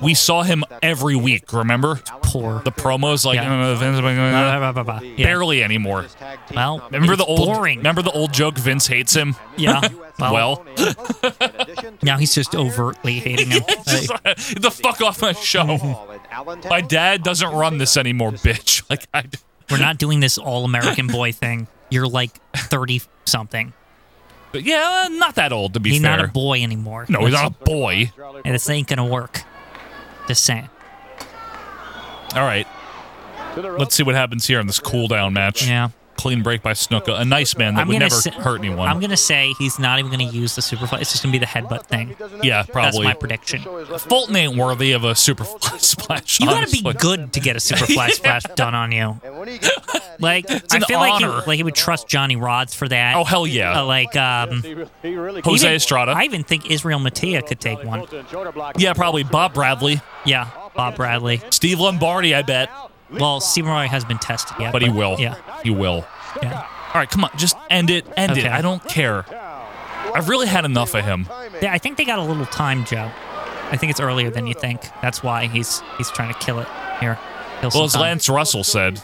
S2: we saw him every week. Remember?
S1: Poor.
S2: The promos like
S1: Yeah.
S2: uh, Vince-
S1: blah, blah, blah. Yeah.
S2: barely anymore.
S1: Well,
S2: Remember
S1: it's
S2: the old
S1: boring.
S2: Remember the old joke? Vince hates him.
S1: Yeah.
S2: well,
S1: Now he's just overtly hating him.
S2: just,
S1: Like,
S2: uh, get the fuck off my show. My dad doesn't run this anymore, bitch. Like I. d-
S1: we're not doing this all American boy thing. You're like thirty something.
S2: But yeah, not that old to be
S1: He's
S2: fair.
S1: not a boy anymore.
S2: No, he's not a boy.
S1: And this ain't gonna work. Just saying.
S2: All right. Let's see what happens here in this cooldown match.
S1: Yeah.
S2: Clean break by Snuka. A nice man that
S1: I'm
S2: would
S1: gonna
S2: never
S1: say-
S2: hurt anyone.
S1: I'm gonna say he's not even gonna use the superfly. It's just gonna be the headbutt thing.
S2: yeah,
S1: That's
S2: probably.
S1: my prediction.
S2: Fulton ain't worthy of a super fly splash.
S1: You gotta be
S2: honestly.
S1: good to get a superfly splash done on you. Like I
S2: an
S1: feel like he,
S2: honor.
S1: like he would trust Johnny Rods for that.
S2: Oh, hell yeah.
S1: Uh, like um,
S2: Jose
S1: even-
S2: Estrada.
S1: I even think Israel Mattia could take one.
S2: Yeah, probably Bob Bradley.
S1: Yeah, Bob Bradley.
S2: Steve Lombardi, I bet.
S1: Well, Seymour has been tested yet,
S2: But he will.
S1: Yeah,
S2: He will.
S1: yeah.
S2: All right, come on. Just end it. End it.
S1: Okay.
S2: I don't care. I've really had enough of him.
S1: Yeah, I think they got a little time, Joe. I think it's earlier than you think. That's why he's he's trying to kill it here. Kill some
S2: Well, as
S1: time.
S2: Lance Russell said,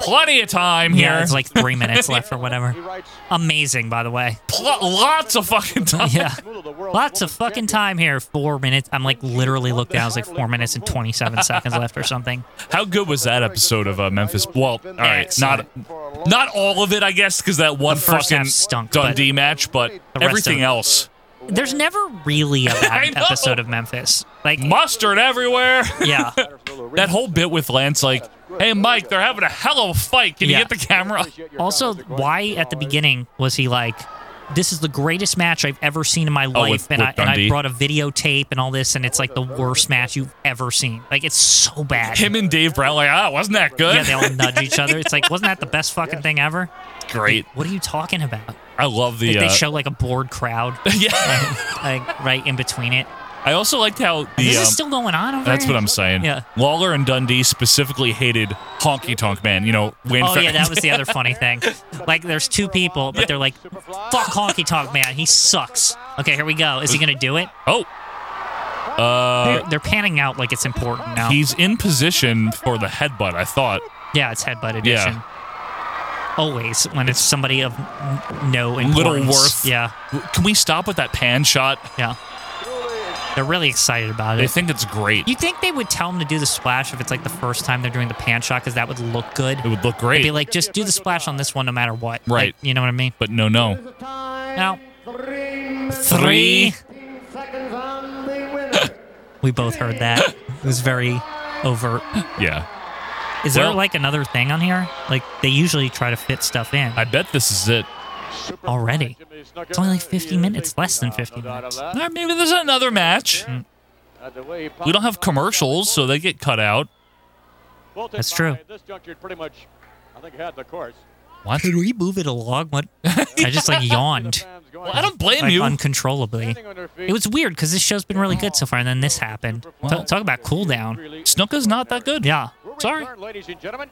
S2: plenty of time here.
S1: Yeah, it's like three minutes left or whatever. Amazing, by the way.
S2: Pl- lots of fucking time.
S1: Yeah. Lots of fucking time here. Four minutes. I'm like literally looked down. It's like four minutes and 27 seconds left or something.
S2: How good was that episode of uh, Memphis? Well, all right,
S1: Excellent.
S2: not not all of it, I guess, because that one
S1: The first
S2: fucking
S1: half stunk, but
S2: Dundee match, but
S1: rest of
S2: everything
S1: it-
S2: else,
S1: There's never really a
S2: I
S1: bad
S2: know.
S1: episode of Memphis. Like,
S2: mustard everywhere.
S1: yeah.
S2: that whole bit with Lance, like, hey, Mike, they're having a hell of a fight. Can
S1: Yeah.
S2: you get the camera?
S1: Also, why at the beginning was he like, this is the greatest match I've ever seen in my
S2: Oh,
S1: life,
S2: with-
S1: and,
S2: with
S1: I, and I
S2: Dundee?
S1: brought a videotape and all this, and it's like the worst match you've ever seen. Like it's so bad.
S2: Him and Dave Brown, like, ah, wasn't that good?
S1: Yeah, they all nudge each other. It's like, wasn't that the best fucking thing ever?
S2: Great.
S1: What are you talking about?
S2: I love the.
S1: Like, they
S2: uh,
S1: show like a bored crowd.
S2: yeah,
S1: like, like, right in between it.
S2: I also liked how the.
S1: This
S2: um,
S1: is still going on. Over
S2: that's
S1: there?
S2: what I'm saying.
S1: Yeah.
S2: Lawler and Dundee specifically hated Honky Tonk Man. You know, Wayne.
S1: oh
S2: Fer-
S1: yeah, that was the other funny thing. Like, there's two people, but they're like, "Fuck Honky Tonk Man, he sucks." Okay, here we go. Is he gonna do it?
S2: Oh. Uh,
S1: They're, they're panning out like it's important now.
S2: He's in position for the headbutt. I thought.
S1: yeah, it's headbutt edition.
S2: Yeah.
S1: Always when it's somebody of n- no importance.
S2: Little worth.
S1: Yeah,
S2: Can we stop with that pan shot?
S1: yeah. They're really excited about
S2: They
S1: it.
S2: think it's great.
S1: You think they would tell him to do the splash if it's like the first time they're doing the pan shot because that would look good? It
S2: would look great.
S1: They'd be like, just do the splash on this one no matter what.
S2: Right.
S1: Like, you know what I mean?
S2: But no, no.
S1: Now,
S2: Three.
S1: three. we both heard that. It was very overt.
S2: Yeah.
S1: Is there
S2: Well-
S1: like another thing on here? Like they usually try to fit stuff in
S2: I bet this is it.
S1: already. It's only like 50 minutes, less than 50 minutes.
S2: Or maybe there's another match.
S1: Mm.
S2: We don't have commercials, so they get cut out.
S1: That's true.
S15: This juncture pretty much, I think, had the course.
S2: What?
S1: Could we move it along? What? I just like yawned.
S2: I don't blame
S1: like,
S2: you.
S1: Uncontrollably. It was weird because this show's been really good so far, and then this happened. Talk, talk about cool down.
S2: Snooka's not that good.
S1: Yeah.
S15: Sorry. ladies and gentlemen,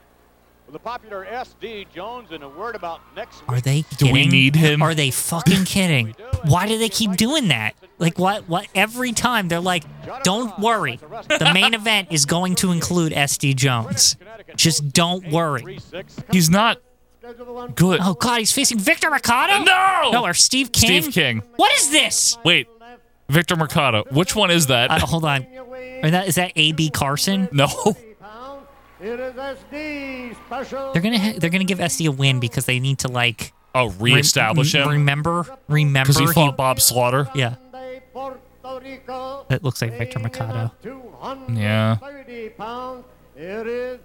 S15: with the popular S.D. Jones and a word about next
S1: Are they
S2: Do
S1: kidding?
S2: we need him?
S1: Are they fucking kidding? Why do they keep doing that? Like what? What? Every time they're like, "Don't worry, the main event is going to include SD Jones. Just don't worry."
S2: He's not good.
S1: Oh God, he's facing Victor Mercado.
S2: No!
S1: no, or Steve King.
S2: Oh. Steve King.
S1: What is this?
S2: Wait, Victor Mercado. Which one is that?
S1: Uh, hold on. Is that, is that A.B. Carson?
S2: No.
S11: It is SD special.
S1: They're gonna ha- they're gonna give SD a win because they need to like
S2: Oh,
S1: rem-
S2: reestablish him.
S1: Remember, remember.
S2: Because he fought Bob Slaughter.
S1: Yeah. That looks like Victor Mercado.
S2: Yeah.
S11: 30 pounds. It is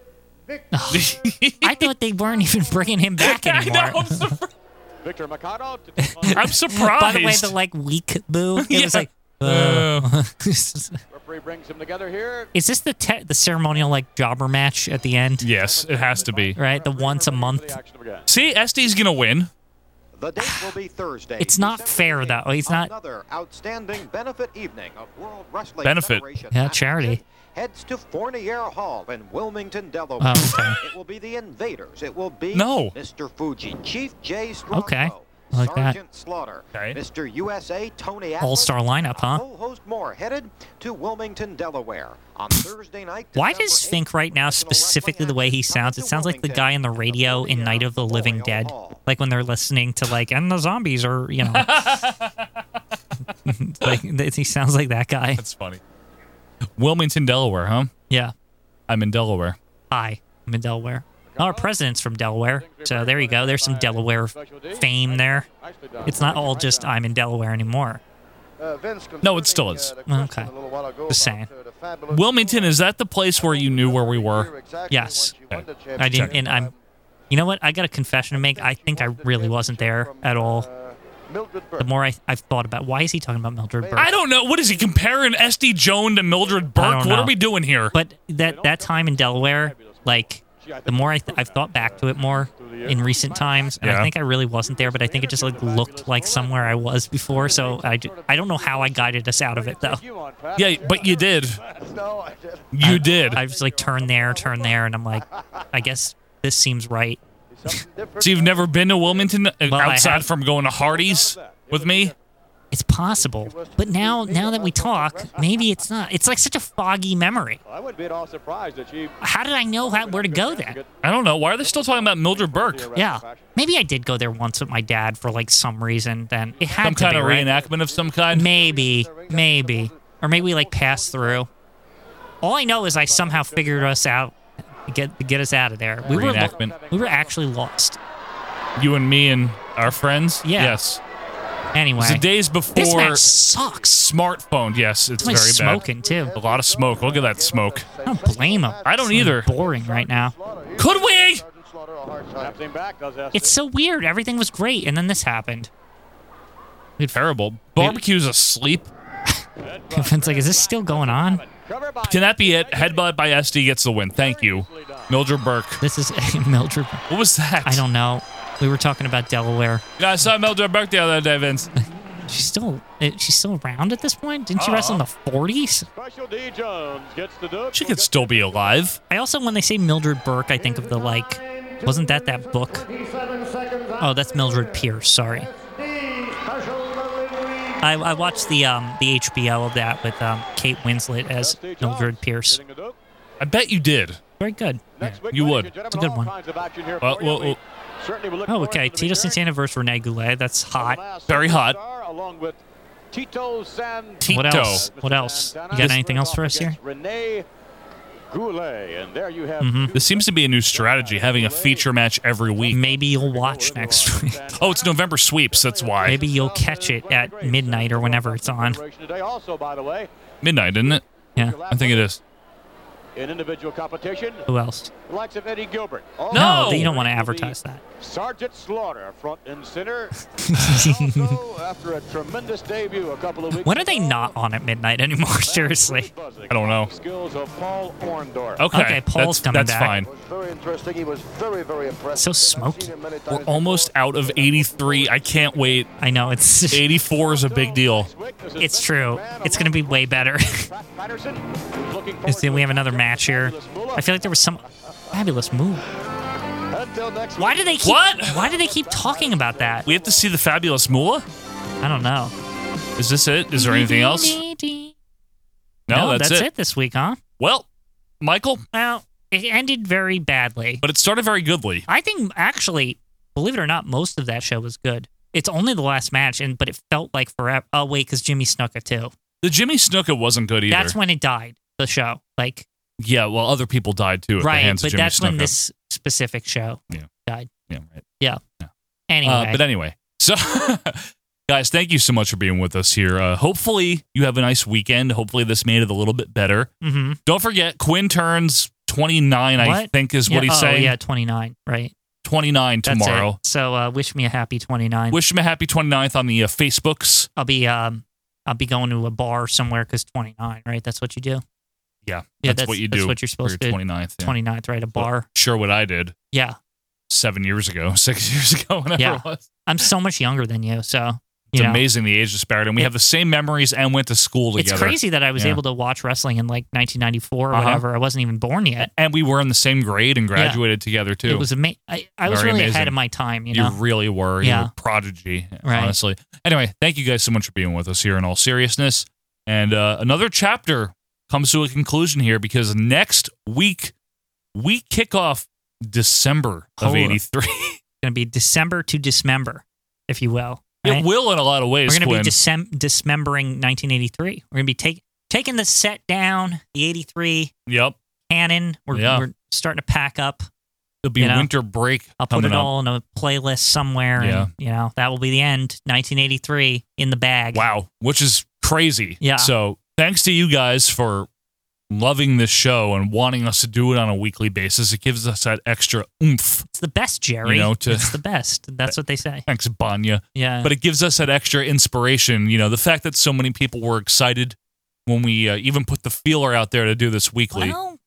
S1: I thought they weren't even bringing him back
S2: I
S1: anymore.
S2: know, I'm surprised.
S15: Victor Mercado. to-
S2: I'm surprised.
S1: By the way, the like weak boo. It
S2: Yeah.
S1: was like.
S2: Uh.
S1: Uh.
S15: referee brings them together here.
S1: Is this the te- the ceremonial like jobber match at the end?
S2: Yes, it has to be.
S1: Right, the once a month.
S2: See, SD's gonna win.
S10: The date will be Thursday.
S1: It's not fair though. It's not.
S10: Another outstanding benefit evening of World Wrestling
S1: Benefit.
S10: Federation.
S1: Yeah, charity.
S10: Heads to Fournier Hall in Wilmington, Delaware.
S1: Oh, okay.
S10: It will be the Invaders. It will be
S1: No.
S10: Mr. Fuji, Chief Jay Strong,
S1: Okay. I like that.
S10: Sergeant Slaughter, Mr. USA Tony Atlas,
S1: All-star lineup, huh?
S10: a whole host more headed to Wilmington, Delaware on Thursday night.
S1: Why does Fink right now specifically the way he sounds? It sounds like the guy on the radio in Night of the Living Dead, like when they're listening to like, and the zombies are, you know, like he sounds like that guy.
S2: That's funny. Wilmington, Delaware, huh?
S1: Yeah.
S2: I'm in Delaware.
S1: Hi, I'm in Delaware. Our president's from Delaware, so there you go. There's some Delaware fame there. It's not all just I'm in Delaware anymore.
S4: Uh, Vince
S2: No, it still is.
S1: Okay, just saying.
S2: Wilmington, is that the place where you knew where we were?
S1: Yes,
S2: Okay.
S1: I didn't, and I'm. You know what? I got a confession to make. I think I really wasn't there at all.
S2: Uh,
S1: The more I, I've thought about, why is he talking about Mildred Burke?
S2: I don't know. What is he comparing SD Joan to Mildred
S1: I
S2: Burke?
S1: don't
S2: What
S1: know.
S2: are we doing here?
S1: But that that time in Delaware, like the more I th- I've thought back to it more in recent times, and
S2: Yeah.
S1: I think I really wasn't there, but I think it just like looked like somewhere I was before. So I, ju- I don't know how I guided us out of it though.
S2: Yeah, but you did. You did.
S1: I just like turn there, turn there, and I'm like, I guess this seems right.
S2: So you've never been to Wilmington uh,
S1: I
S2: outside
S1: have.
S2: from going to Hardee's with me?
S1: It's possible, but now now that we talk, maybe it's not. It's like such a foggy memory.
S15: I wouldn't be at all surprised that she.
S1: How did I know how, where to go then?
S2: I don't know. Why are they still talking about Mildred Burke?
S1: Yeah, maybe I did go there once with my dad for like some reason. Then it had
S2: Some
S1: to
S2: kind
S1: be
S2: of
S1: right?
S2: reenactment of some kind.
S1: Maybe, maybe, or maybe we like passed through. All I know is I somehow figured us out, get get us out of there. We were lo-
S2: Reenactment.
S1: we were actually lost.
S2: You and me and our friends?
S1: Yeah.
S2: Yes. It
S1: Anyway,
S2: was the days before
S1: this match sucks.
S2: smartphone. Yes, it's very
S1: Somebody's
S2: bad.
S1: smoking too.
S2: A
S1: Oh,
S2: lot of smoke. Look at that smoke.
S1: I don't blame him.
S2: I don't either.
S1: Boring right now.
S2: Could we?
S15: Snaps him back, does that.
S1: It's so weird. Everything was great, and then this happened.
S2: Terrible. Barbecue's asleep.
S1: Vince like, is this still going on?
S2: Can that be it? Headbutt by SD gets the win. Thank you, Mildred Burke.
S1: This is Mildred.
S2: What was that?
S1: I don't know. We were talking about Delaware.
S2: You know, I saw Mildred Burke the other day, Vince.
S1: She's still eh, she's still around at this point. Didn't she wrestle in the forties?
S2: She could still be alive.
S1: I also, when they say Mildred Burke, I think of the like. Wasn't that that book? Oh, that's Mildred Pierce. Sorry. I, I watched the um the HBO of that with um Kate Winslet as Mildred Pierce.
S2: I bet you did.
S1: Very good.
S2: You would.
S1: It's a good one.
S2: Uh, well, well,
S1: Oh, okay. Tito Santana versus Rene Goulet. That's hot.
S2: very hot.
S15: along with Tito San.
S1: What else? What else? You got
S2: This-
S1: anything else for us here?
S15: Rene Goulet, and there you have.
S1: Mm-hmm.
S2: This seems to be a new strategy, having a feature match every week.
S1: Maybe you'll watch next week.
S2: Oh, it's November sweeps. That's why.
S1: Maybe you'll catch it at midnight or whenever it's on.
S15: Today also, by the way,
S2: Midnight, isn't it?
S1: Yeah.
S2: I think it is.
S15: in individual competition,
S1: Who else?
S15: the likes of Eddie Gilbert. All-
S1: No, you don't want to advertise that.
S15: Sergeant Slaughter, front and center. After a tremendous debut a couple of weeks
S1: when are they not on at midnight anymore? Seriously.
S2: I don't know.
S15: skills of Paul Orndorff.
S2: Okay.
S1: Okay,
S2: that's,
S1: Paul's coming
S2: That's
S1: back.
S2: fine.
S4: Very interesting. He was very, very impressive.
S1: So smoky.
S2: We're almost out of 83. I can't wait.
S1: I know it's
S2: 84 is a big deal.
S1: It's true. It's gonna be way better. See, we have another match here. I feel like there was some fabulous move. Why do they keep?
S2: What?
S1: Why do they keep talking about that?
S2: We have to see the fabulous Moolah.
S1: I don't know.
S2: Is this it? Is there anything else? No, that's,
S1: it. this week, huh?
S2: Well, Michael,
S1: Well, it ended very badly.
S2: but it started very goodly.
S1: I think actually, believe it or not, most of that show was good. It's only the last match, and but it felt like forever. Oh wait, because Jimmy Snuka too.
S2: The Jimmy Snuka wasn't good either.
S1: That's when it died. The show, like
S2: yeah, well, other people died too at the
S1: right,
S2: hands
S1: but
S2: of Jimmy
S1: that's when
S2: Snuka.
S1: this specific show
S2: Yeah.
S1: died.
S2: Yeah, right.
S1: Yeah. Anyway,
S2: Uh, but anyway, so guys, thank you so much for being with us here. Uh, hopefully, you have a nice weekend. Hopefully, this made it a little bit better.
S1: hmm
S2: Don't forget, Quinn turns 29, I
S1: What?
S2: think is
S1: yeah,
S2: what he's
S1: oh,
S2: saying.
S1: Yeah, twenty nine. Right.
S2: 29
S1: That's it.
S2: tomorrow.
S1: So uh, wish me a happy 29.
S2: Wish him a happy 29th on the uh, Facebooks.
S1: I'll be um I'll be going to a bar somewhere because 29. Right. That's what you do.
S2: Yeah,
S1: Yeah,
S2: that's, what you do.
S1: That's what you're
S2: for
S1: supposed
S2: your
S1: to do.
S2: 29th. yeah.
S1: 29th, right? A bar.
S2: Sure, what I did
S1: Yeah.
S2: seven years ago, six years ago, whenever
S1: Yeah.
S2: it was.
S1: I'm so much younger than you, so
S2: It's
S1: you know,
S2: amazing the age disparity. And we
S1: It-
S2: have the same memories and went to school
S1: It's
S2: together.
S1: crazy that I was
S2: Yeah.
S1: able to watch wrestling in like 1994 or
S2: Uh-huh.
S1: whatever. I wasn't even born yet.
S2: And we were in the same grade and graduated together too.
S1: It was amazing. I, I was
S2: Very
S1: really
S2: amazing.
S1: ahead of my time. You
S2: You
S1: know.
S2: really were. You
S1: Yeah.
S2: were a prodigy,
S1: Right.
S2: honestly. Anyway, thank you guys so much for being with us here in all seriousness. And uh, another chapter comes to a conclusion here because next week we kick off December of
S1: Hold up.
S2: '83.
S1: it's going to be December to dismember, if you will. right?
S2: It will in a lot of ways.
S1: We're going
S2: Quinn.
S1: to be disem- dismembering 1983. We're going to be take- taking the set down, the 83
S2: yep.
S1: cannon. We're,
S2: Yeah.
S1: we're starting to pack up.
S2: There'll be
S1: You know,
S2: winter break
S1: I'll put
S2: coming
S1: it
S2: up.
S1: all in a playlist somewhere.
S2: Yeah.
S1: And, you know, that will be the end. 1983 in the bag.
S2: Wow, which is crazy.
S1: Yeah.
S2: So thanks to you guys for loving this show and wanting us to do it on a weekly basis. It gives us that extra oomph.
S1: It's the best, Jerry.
S2: You know, to-
S1: it's the best. That's what they say.
S2: Thanks, Banya.
S1: Yeah.
S2: But it gives us that extra inspiration. You know, the fact that so many people were excited when we uh, even put the feeler out there to do this weekly.
S1: well,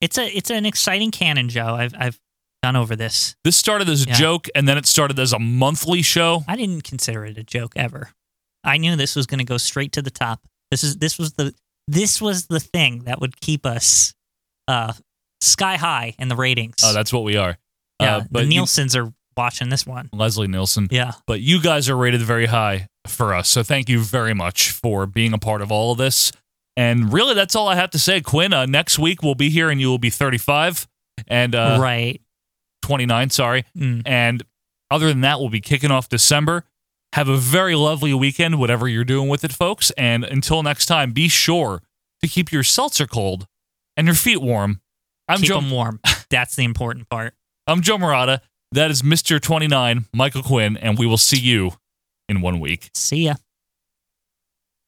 S1: it's a it's an exciting canon, Joe. I've I've gone over this.
S2: this started as a
S1: Yeah.
S2: joke and then it started as a monthly show.
S1: I didn't consider it a joke ever. I knew this was going to go straight to the top. This is this was the this was the thing that would keep us uh sky high in the ratings.
S2: Oh, that's what we are.
S1: yeah.
S2: Uh, but
S1: the
S2: you-
S1: Nielsen's are watching this one.
S2: Leslie Nielsen.
S1: Yeah.
S2: but you guys are rated very high for us. So thank you very much for being a part of all of this. And really, that's all I have to say. Quinn, uh, next week we'll be here and you will be 35 and uh,
S1: right.
S2: 29, sorry.
S1: Mm.
S2: And other than that, we'll be kicking off December. Have a very lovely weekend, whatever you're doing with it, folks. And until next time, be sure to keep your seltzer cold and your feet warm. I'm
S1: Keep
S2: Joe,
S1: them warm. That's the important part.
S2: I'm Joe Morata. That is Mr. 29, Michael Quinn, and we will see you in one week.
S1: See ya.